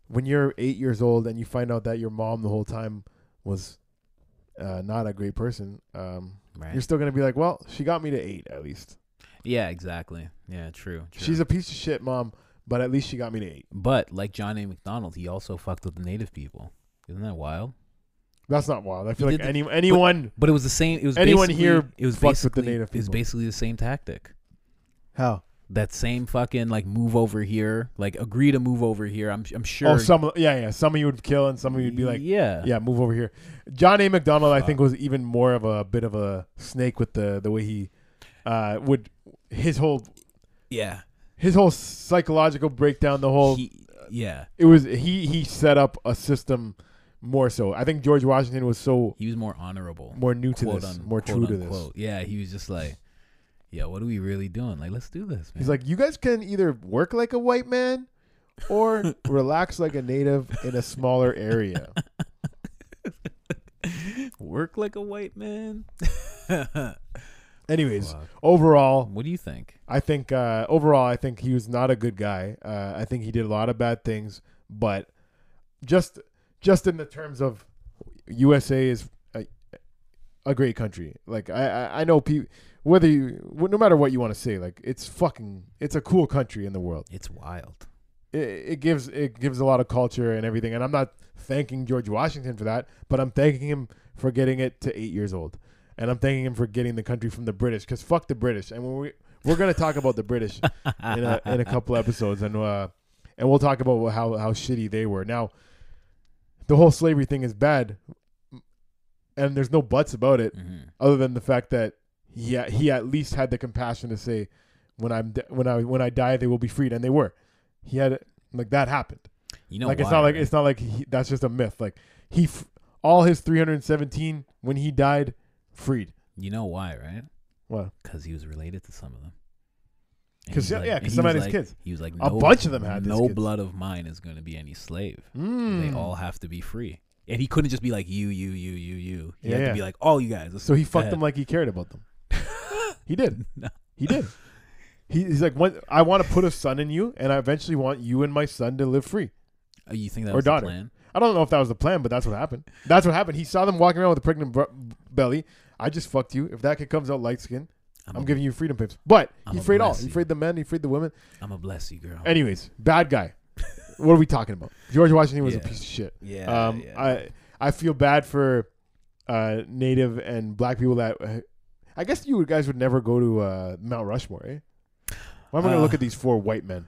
A: when you're eight years old and you find out that your mom the whole time was uh, not a great person, um,
B: right?
A: you're still gonna be like, well, she got me to eight at least.
B: yeah, exactly. Yeah, true. true.
A: She's a piece of shit, mom, but at least she got me to eight.
B: but like John A. McDonald, he also fucked with the native people. Isn't that wild?
A: That's not wild. I feel
B: He
A: like
B: did the-
A: any anyone
B: But it was the same. It was
A: Anyone
B: basically-
A: here
B: It was
A: fucks with the
B: basically
A: native
B: It was
A: people.
B: basically the same tactic.
A: how
B: That same fucking like move over here, like agree to move over here. I'm I'm sure.
A: oh some yeah yeah some of you would kill and some of you would be like yeah,
B: yeah,
A: move over here. John A. McDonald I
B: Fuck.
A: think was even more of a bit of a snake with the the way he uh, would his whole
B: yeah.
A: his whole psychological breakdown the whole
B: He- yeah,
A: it was he he set up a system more so. I think George Washington was so
B: he was more honorable,
A: more new to
B: quote
A: this,
B: un-
A: more
B: quote
A: true to this.
B: unquote. Yeah, he was just like, yeah, what are we really doing? Like, let's do this. Man.
A: He's like, you guys can either work like a white man or relax like a native in a smaller area.
B: work like a white man.
A: Anyways,
B: Fuck.
A: overall,
B: What do you think?
A: I think uh, overall, I think he was not a good guy. Uh, I think he did a lot of bad things, but just just in the terms of USA is a, a great country. Like I I, I know people whether you no matter what you want to say, like it's fucking it's a cool country in the world.
B: It's wild.
A: it, it gives it gives a lot of culture and everything. And I'm not thanking George Washington for that, but I'm thanking him for getting it to eight years old, and I'm thanking him for getting the country from the British because fuck the British. And when we we're gonna talk about the British in a, in a couple episodes, and uh, and we'll talk about how how shitty they were. Now, the whole slavery thing is bad, and there's no buts about it
B: Mhm.
A: other than the fact that he he at least had the compassion to say, when I'm di- when I when I die, they will be freed, and they were. He had like that happened.
B: You know,
A: like it's
B: why,
A: not like
B: right?
A: it's not like he, that's just a myth. Like he f- all his 317 when he died, freed.
B: you know why, right?
A: What?
B: because he was related to some of them. And
A: 'Cause,
B: he's
A: yeah, yeah, 'cause
B: and he
A: some
B: was
A: had his
B: like-
A: kids.
B: He was like,
A: A
B: no,
A: bunch of them had these
B: no
A: kids.
B: blood of mine is going to be any slave. They
A: Mm.
B: all have to be free, and he couldn't just be like you, you, you, you, you. He had
A: Yeah,
B: to
A: yeah.
B: be like all you guys. let's
A: So he
B: go
A: fucked
B: ahead."
A: them like he cared about them. he did.
B: No.
A: He did. He, he's like, "One- I want to put a son in you, and I eventually want you and my son to live free.
B: Oh, you think that
A: Or
B: was the
A: daughter.
B: plan?
A: I don't know if that was the plan, but that's what happened. That's what happened. He saw them walking around with a pregnant br- belly. I just fucked you. If that kid comes out light skinned, I'm,
B: a-
A: giving you freedom pips. But
B: I'm
A: he
B: a
A: freed all.
B: blessing.
A: He freed the men. He freed the women.
B: I'm a bless you, girl.
A: Anyways, bad guy. what are we talking about? George Washington was a
B: Yeah.
A: piece of shit.
B: yeah.
A: um,
B: yeah.
A: I I feel bad for uh, Native and Black people that. I guess you guys would never go to uh, Mount Rushmore. Eh? Why am I going to
B: Uh,
A: look at these four white men?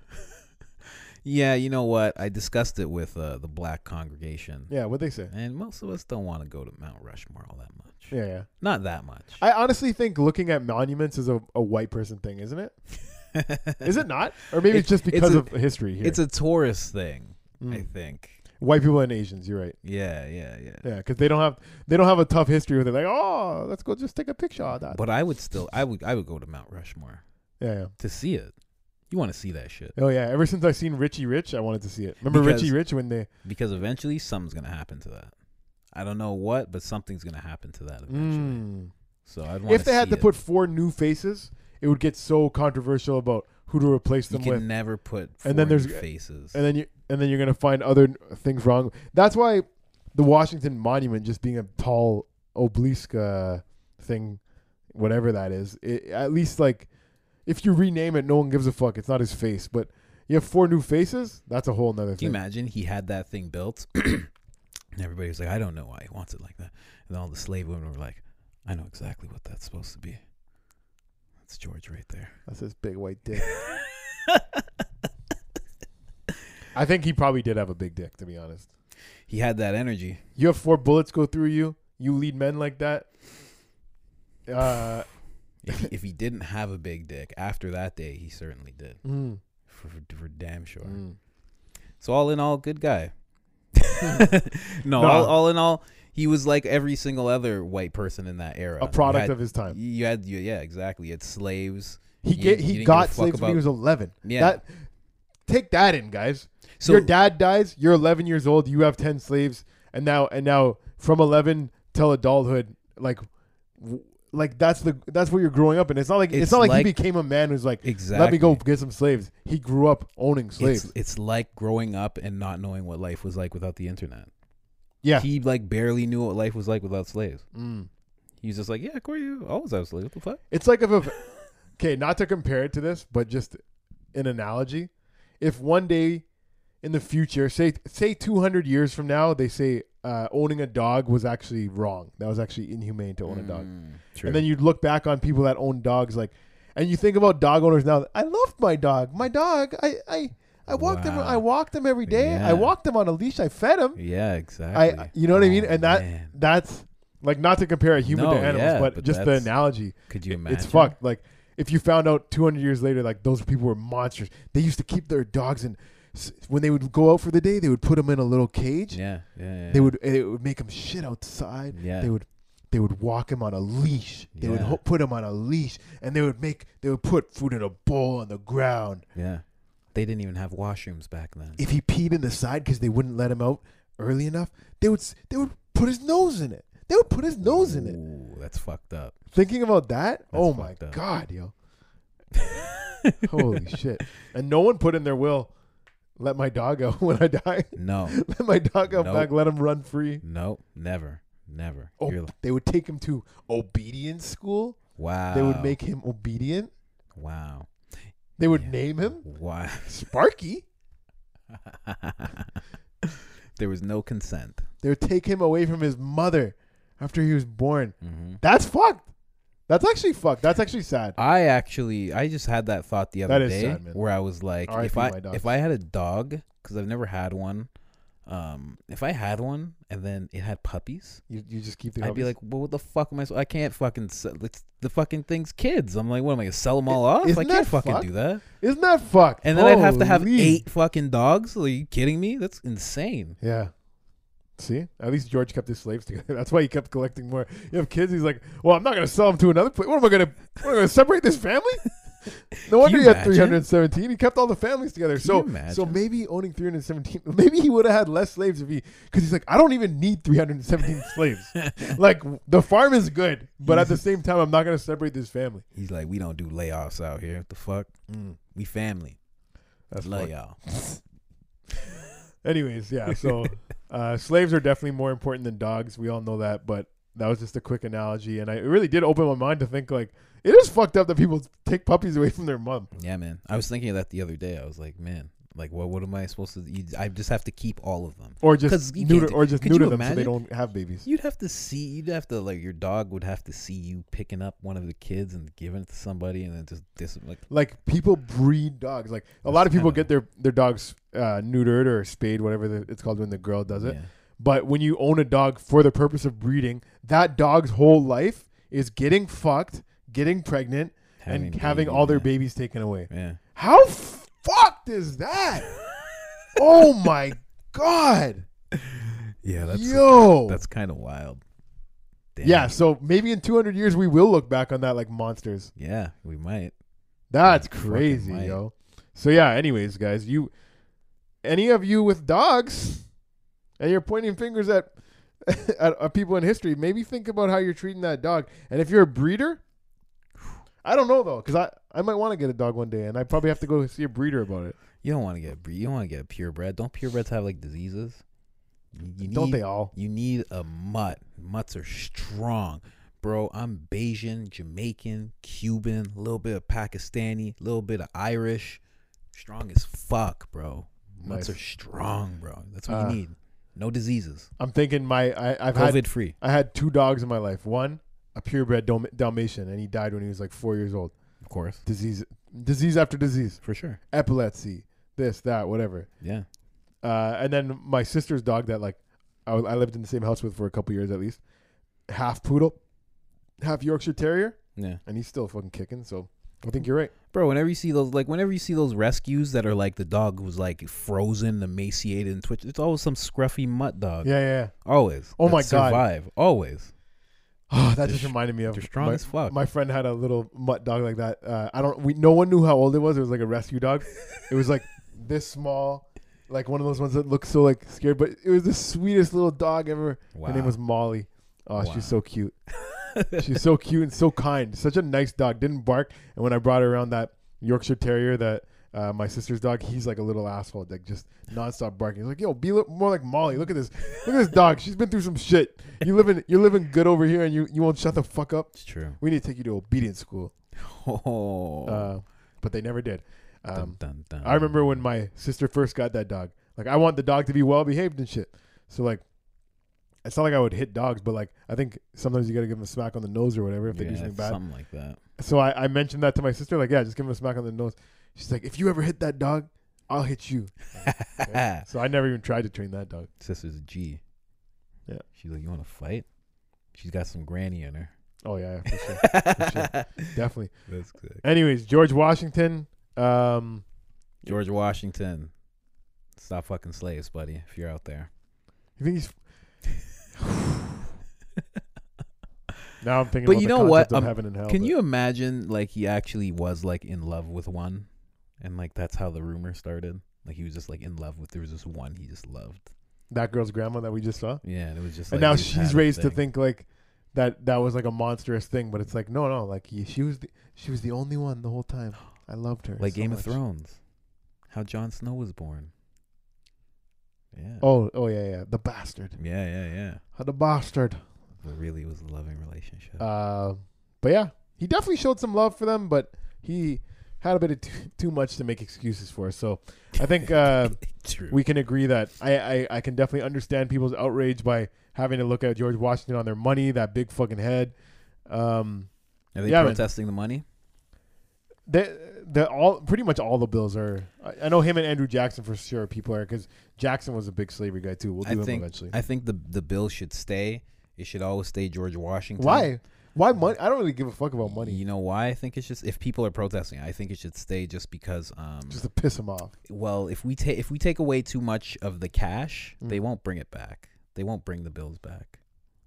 B: yeah, you know what? I discussed it with uh, the black congregation,
A: Yeah, what they say.
B: and most of us don't want to go to Mount Rushmore all that much.
A: Yeah, yeah.
B: Not that much.
A: I honestly think looking at monuments is a, a white person thing, isn't it? Is it not? Or maybe it's,
B: It's-
A: just
B: it's
A: because
B: a-
A: of history here.
B: It's a tourist thing,
A: Mm.
B: I think.
A: white people and Asians. You're right.
B: Yeah, yeah, yeah.
A: Yeah, because they don't have they don't have a tough history where they're like, oh, let's go just take a picture of that.
B: But I would still, I would, I would go to Mount Rushmore
A: yeah, yeah.
B: to see it. You want to see that shit
A: Oh yeah. Ever since I've seen Richie Rich, I wanted to see it. Remember
B: Because-
A: Richie Rich when they?
B: because eventually something's gonna happen to that. I don't know what, but something's gonna happen to that eventually.
A: Mm.
B: So I'd want
A: If they had to put four new faces, it would get so controversial about who to replace
B: you
A: them
B: can
A: with,
B: never put
A: And then
B: foreign
A: there's- uh,
B: faces.
A: and then you and then you're gonna find other things wrong. That's why the Washington Monument just being a tall obelisk uh, thing, whatever that is, it, at least like if you rename it, no one gives a fuck. It's not his face, but you have four new faces. That's a whole nother
B: Can you
A: thing.
B: imagine he had that thing built? and everybody was like, I don't know why he wants it like that. And all the slave women were like, I know exactly what that's supposed to be. That's George right there.
A: That's his big white dick. I think he probably did have a big dick, to be honest.
B: He had that energy.
A: You have four bullets go through you. You lead men like that. Uh,
B: If he, if he didn't have a big dick after that day, he certainly did.
A: mm,
B: For, for, for damn sure.
A: mm.
B: So, all in all, good guy. no,
A: No.
B: All, all in all, he was like every single other white person in that era.
A: a product
B: you had,
A: of his time.
B: You had, you, yeah, exactly. It's slaves.
A: He
B: you-
A: ga-
B: you didn't
A: he
B: give a
A: got
B: fuck
A: slaves when
B: about-
A: he was eleven.
B: Yeah.
A: That, take that in, guys.
B: So
A: Your dad dies. You're eleven years old. You have ten slaves, and now and now from eleven till adulthood, like, w- like that's the that's what you're growing up in. It's not like it's,
B: It's
A: not like,
B: like-
A: he became a man who's like,
B: exactly.
A: let me go get some slaves. He grew up owning slaves.
B: It's, it's like growing up and not knowing what life was like without the internet.
A: yeah.
B: He like barely knew what life was like without slaves.
A: Mm.
B: He was just like, yeah, of course you always have slaves. What the fuck?
A: It's like if a okay, not to compare it to this, but just an analogy. If one day in the future, say say two hundred years from now, they say uh, owning a dog was actually wrong. That was actually inhumane to own a dog.
B: Mm, True.
A: And then you'd look back on people that own dogs like, and you think about dog owners now. I loved my dog. My dog. I I I walked him.
B: Wow.
A: I walked him every day.
B: Yeah.
A: I walked him on a leash. I fed him.
B: yeah, exactly.
A: I you know what I
B: Oh,
A: mean? And that
B: man.
A: that's like not to compare a human
B: No,
A: to animals,
B: yeah,
A: but,
B: but
A: just the
B: that's-
A: analogy.
B: could you
A: It-
B: imagine?
A: It's fucked. Like if you found out 200 years later, like those people were monsters. They used to keep their dogs in. s- When they would go out for the day, they would put them in a little cage.
B: Yeah, yeah. yeah,
A: They would and it would make them shit outside.
B: Yeah.
A: They would they would walk him on a leash. They would
B: Yeah.
A: ho- put him on a leash, and they would make they would put food in a bowl on the ground.
B: Yeah. They didn't even have washrooms back then.
A: If he peed in the side because they wouldn't let him out early enough, they would s- they would put his nose in it. They would put his nose in it.
B: Ooh, that's fucked up.
A: Thinking about that, oh my
B: fucked up.
A: god, yo. Holy shit. And no one put in their will, let my dog out when I die.
B: No,
A: let my dog out
B: Nope.
A: back, let him run free.
B: no, never, never.
A: Oh,
B: You're like,
A: they would take him to obedience school.
B: wow.
A: They would make him obedient.
B: wow.
A: They would
B: Yeah.
A: name him
B: Wow.
A: Sparky.
B: there was no consent.
A: They would take him away from his mother after he was born.
B: Mm-hmm.
A: That's fucked. That's actually fucked. That's actually sad.
B: I actually, I just had that thought the other
A: That is
B: day
A: sad, man.
B: where I was like,
A: R.I.P.
B: if
A: my
B: I
A: dogs.
B: if I had a dog, because I've never had one, um, if I had one and then it had puppies,
A: You, you just keep the
B: I'd be
A: obvious-
B: like, well, what the fuck am I? So I can't fucking sell, it's, the fucking thing's kids. I'm like, what am I gonna sell them all off?
A: isn't
B: I
A: that
B: can't fucking
A: fucked?
B: do that.
A: Isn't that fucked?
B: And then I'd have to have
A: Holy.
B: eight fucking dogs. Are you kidding me? That's insane.
A: Yeah. See, at least George kept his slaves together. That's why he kept collecting more. You have kids. He's like, well, I'm not gonna sell them to another place. What am I gonna? What am I gonna separate this family? No wonder
B: you
A: he had
B: imagine?
A: 317. He kept all the families together. so,
B: you imagine?
A: so maybe owning 317, maybe he would have had less slaves if he, because he's like, I don't even need 317 slaves. Like the farm is good, but at the same time, I'm not gonna separate this family. Mm,
B: He's like, we don't do layoffs out here. What the fuck? We family.
A: That's
B: Love
A: fucked.
B: y'all.
A: Anyways, yeah. So Uh, slaves are definitely more important than dogs. We all know that, but that was just a quick analogy, and I it really did open my mind to think like it is fucked up that people take puppies away from their mom.
B: Yeah, man. I was thinking of that the other day. I was like, man, like what? What am I supposed to? You, I just have to keep all of them.
A: Or
B: 'Cause
A: just
B: you
A: neuter,
B: can't do-
A: or just
B: could
A: neuter
B: you
A: them so they
B: imagine?
A: don't have babies.
B: You'd have to see. You'd have to like your dog would have to see you picking up one of the kids and giving it to somebody, and then just dis- like
A: Like people breed dogs. Like a lot of
B: That's
A: people
B: kinda-
A: get their their dogs uh, neutered or spayed, whatever the, it's called when the girl does it.
B: yeah.
A: But when you own a dog for the purpose of breeding, that dog's whole life is getting fucked, getting pregnant, and having all their babies
B: babies.
A: taken away.
B: Yeah.
A: How fucked is that? oh my god.
B: Yeah, that's
A: Yo.
B: that's kind of wild. Damn.
A: yeah, so maybe in 200 years we will look back on that like monsters.
B: Yeah, we might.
A: That's
B: Fucking
A: crazy,
B: right.
A: yo. So yeah, anyways, guys, you any of you with dogs and you're pointing fingers at at, at people in history, maybe think about how you're treating that dog. And if you're a breeder, I don't know though, because I, I might want to get a dog one day, and I probably have to go see a breeder about it.
B: You don't want to get bre- you don't want to get purebred. Don't purebreds have like diseases? You you need,
A: Don't they all?
B: You need a mutt. Mutts are strong, bro. I'm Bayesian, Jamaican, Cuban, a little bit of Pakistani, a little bit of Irish. Strong as fuck, bro. Mutts
A: Nice.
B: are strong, bro. That's what
A: Uh,
B: you need. No diseases.
A: I'm thinking my I, I've had
B: COVID free.
A: I had two dogs in my life. One, a purebred Dal- Dalmatian, and he died when he was like four years old.
B: Of course.
A: Disease, disease after disease,
B: For sure.
A: epilepsy, this, that, whatever.
B: Yeah.
A: Uh, and then my sister's dog that like I, I lived in the same house with for a couple years at least, half poodle, half Yorkshire Terrier,
B: Yeah.
A: and he's still fucking kicking. So I think you're right.
B: Bro, whenever you see those, like, whenever you see those rescues that are like the dog was like frozen, emaciated, and twitched, it's always some scruffy mutt dog.
A: Yeah, yeah. yeah.
B: Always.
A: Oh
B: That
A: my God.
B: Survive. Always.
A: Oh, that just
B: sh-
A: reminded me of
B: They're strong
A: my,
B: as fuck.
A: My friend had a little mutt dog like that. Uh, I don't. We no one knew how old it was. It was like a rescue dog. it was like this small, like one of those ones that look so like scared. But it was the sweetest little dog ever.
B: wow.
A: Her name was Molly. Oh,
B: Wow.
A: she's so cute. she's so cute and so kind. Such a nice dog. Didn't bark. And when I brought her around that Yorkshire Terrier that. Uh, my sister's dog, he's like a little asshole, like just nonstop barking. He's like, "Yo, be li- more like Molly. Look at this, look at this dog. She's been through some shit. You living, you're living good over here, and you, you won't shut the fuck up.
B: It's true.
A: We need to take you to obedience school.
B: Oh. uh,
A: Uh, but they never did.
B: Dun,
A: Um,
B: dun, dun.
A: I remember when my sister first got that dog. Like, I want the dog to be well behaved and shit. So, like, it's not like I would hit dogs, but like, I think sometimes you got to give them a smack on the nose or whatever if they do
B: Yeah,
A: something bad.
B: Something like that.
A: So, I, I mentioned that to my sister, like, yeah, just give them a smack on the nose. She's like, if you ever hit that dog, I'll hit you. Okay. so, I never even tried to train that dog.
B: Sister's a G.
A: Yeah.
B: She's like, you want to fight? She's got some granny in her.
A: Oh, yeah, yeah, for sure. sure. Definitely.
B: That's good.
A: Anyways, George Washington. Um,
B: George Washington. Stop fucking slaves, buddy, if you're out there.
A: you think he's. Now I'm thinking
B: But
A: about
B: you
A: the
B: know what?
A: concept of
B: Um,
A: heaven and hell.
B: Can
A: but-
B: you imagine like he actually was like in love with one and like that's how the rumor started? Like he was just like in love with there was this one he just loved.
A: that girl's grandma that we just saw.
B: Yeah, and it was just
A: and
B: like
A: now
B: they just had
A: she's
B: a
A: raised to
B: thing.
A: think like that that was like a monstrous thing, but it's like no, no, like y- she was the, she was the only one the whole time. I loved her.
B: like
A: so
B: Game
A: much.
B: of Thrones. How Jon Snow was born. Yeah.
A: Oh, oh yeah, yeah, the bastard,
B: Yeah, yeah, yeah.
A: Uh, the bastard.
B: It really was a loving relationship.
A: Uh, but yeah, he definitely showed some love for them, but he had a bit of t- too much to make excuses for. So I think uh,
B: True.
A: we can agree that I, I I can definitely understand people's outrage by having to look at George Washington on their money, that big fucking head. Um,
B: Are they
A: yeah, man.
B: protesting the money?
A: the the all pretty much all the bills are. I, I know him and Andrew Jackson for sure. People are because Jackson was a big slavery guy too. We'll do
B: I
A: him
B: think
A: eventually.
B: I think the the bill should stay. It should always stay George Washington.
A: Why? Why money? I don't really give a fuck about money.
B: You know why I think it's just if people are protesting, I think it should stay just because um
A: Just to piss him off.
B: well, if we take if we take away too much of the cash, they
A: Mm.
B: won't bring it back. They won't bring the bills back.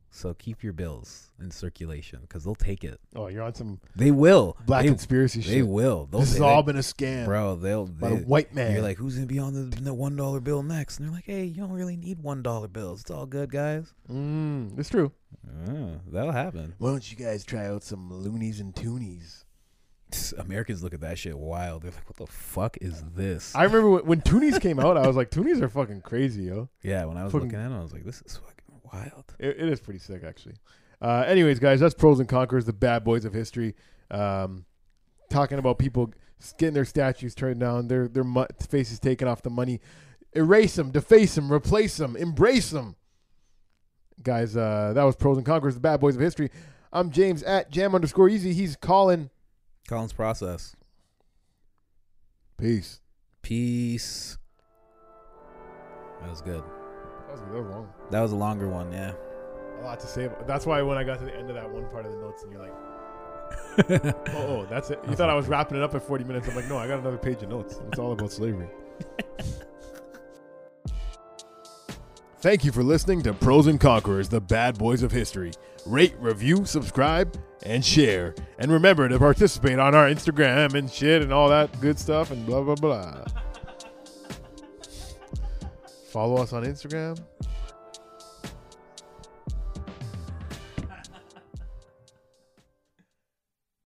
B: So keep your bills in circulation because they'll take it.
A: Oh, you're on some
B: They will.
A: black
B: They,
A: conspiracy
B: they
A: shit.
B: will. They'll
A: This has
B: they-
A: all been a scam
B: bro. They'll.
A: by the
B: They,
A: white man.
B: you're like, who's gonna be on the, the one dollar bill next? And they're like, hey, you don't really need one dollar bills. It's all good, guys.
A: mm, it's true. Mm.
B: Oh, that'll happen.
A: Why don't you guys try out some loonies and toonies?
B: Americans look at that shit wild. They're like, "What the fuck is this?"
A: I remember when, when Toonies came out, I was like, Toonies are fucking crazy, yo.
B: yeah, when I was
A: Fucking-
B: looking at it, I was like, "This is fucking wild."
A: It, it is pretty sick, actually. Uh, anyways, guys, that's Pros and Conquerors, the bad boys of history. Um, talking about people getting their statues turned down, their their mu- faces taken off the money. Erase them, deface them, replace them, embrace them. Guys, uh, that was Pros and Conquerors, the bad boys of history. I'm James at jam underscore easy. He's calling.
B: Collins process.
A: Peace.
B: Peace. That was good.
A: That was, that was long.
B: That was a longer one, yeah.
A: A lot to say. About. That's why when I got to the end of that one part of the notes, and you're like, oh, oh, that's it. You thought I was wrapping it up at 40 minutes. I'm like, no, I got another page of notes. It's all about slavery. Thank you for listening to Pros and Conquerors, the bad boys of history. Rate, review, subscribe, and share. And remember to participate on our Instagram and shit and all that good stuff and blah, blah, blah. Follow us on Instagram.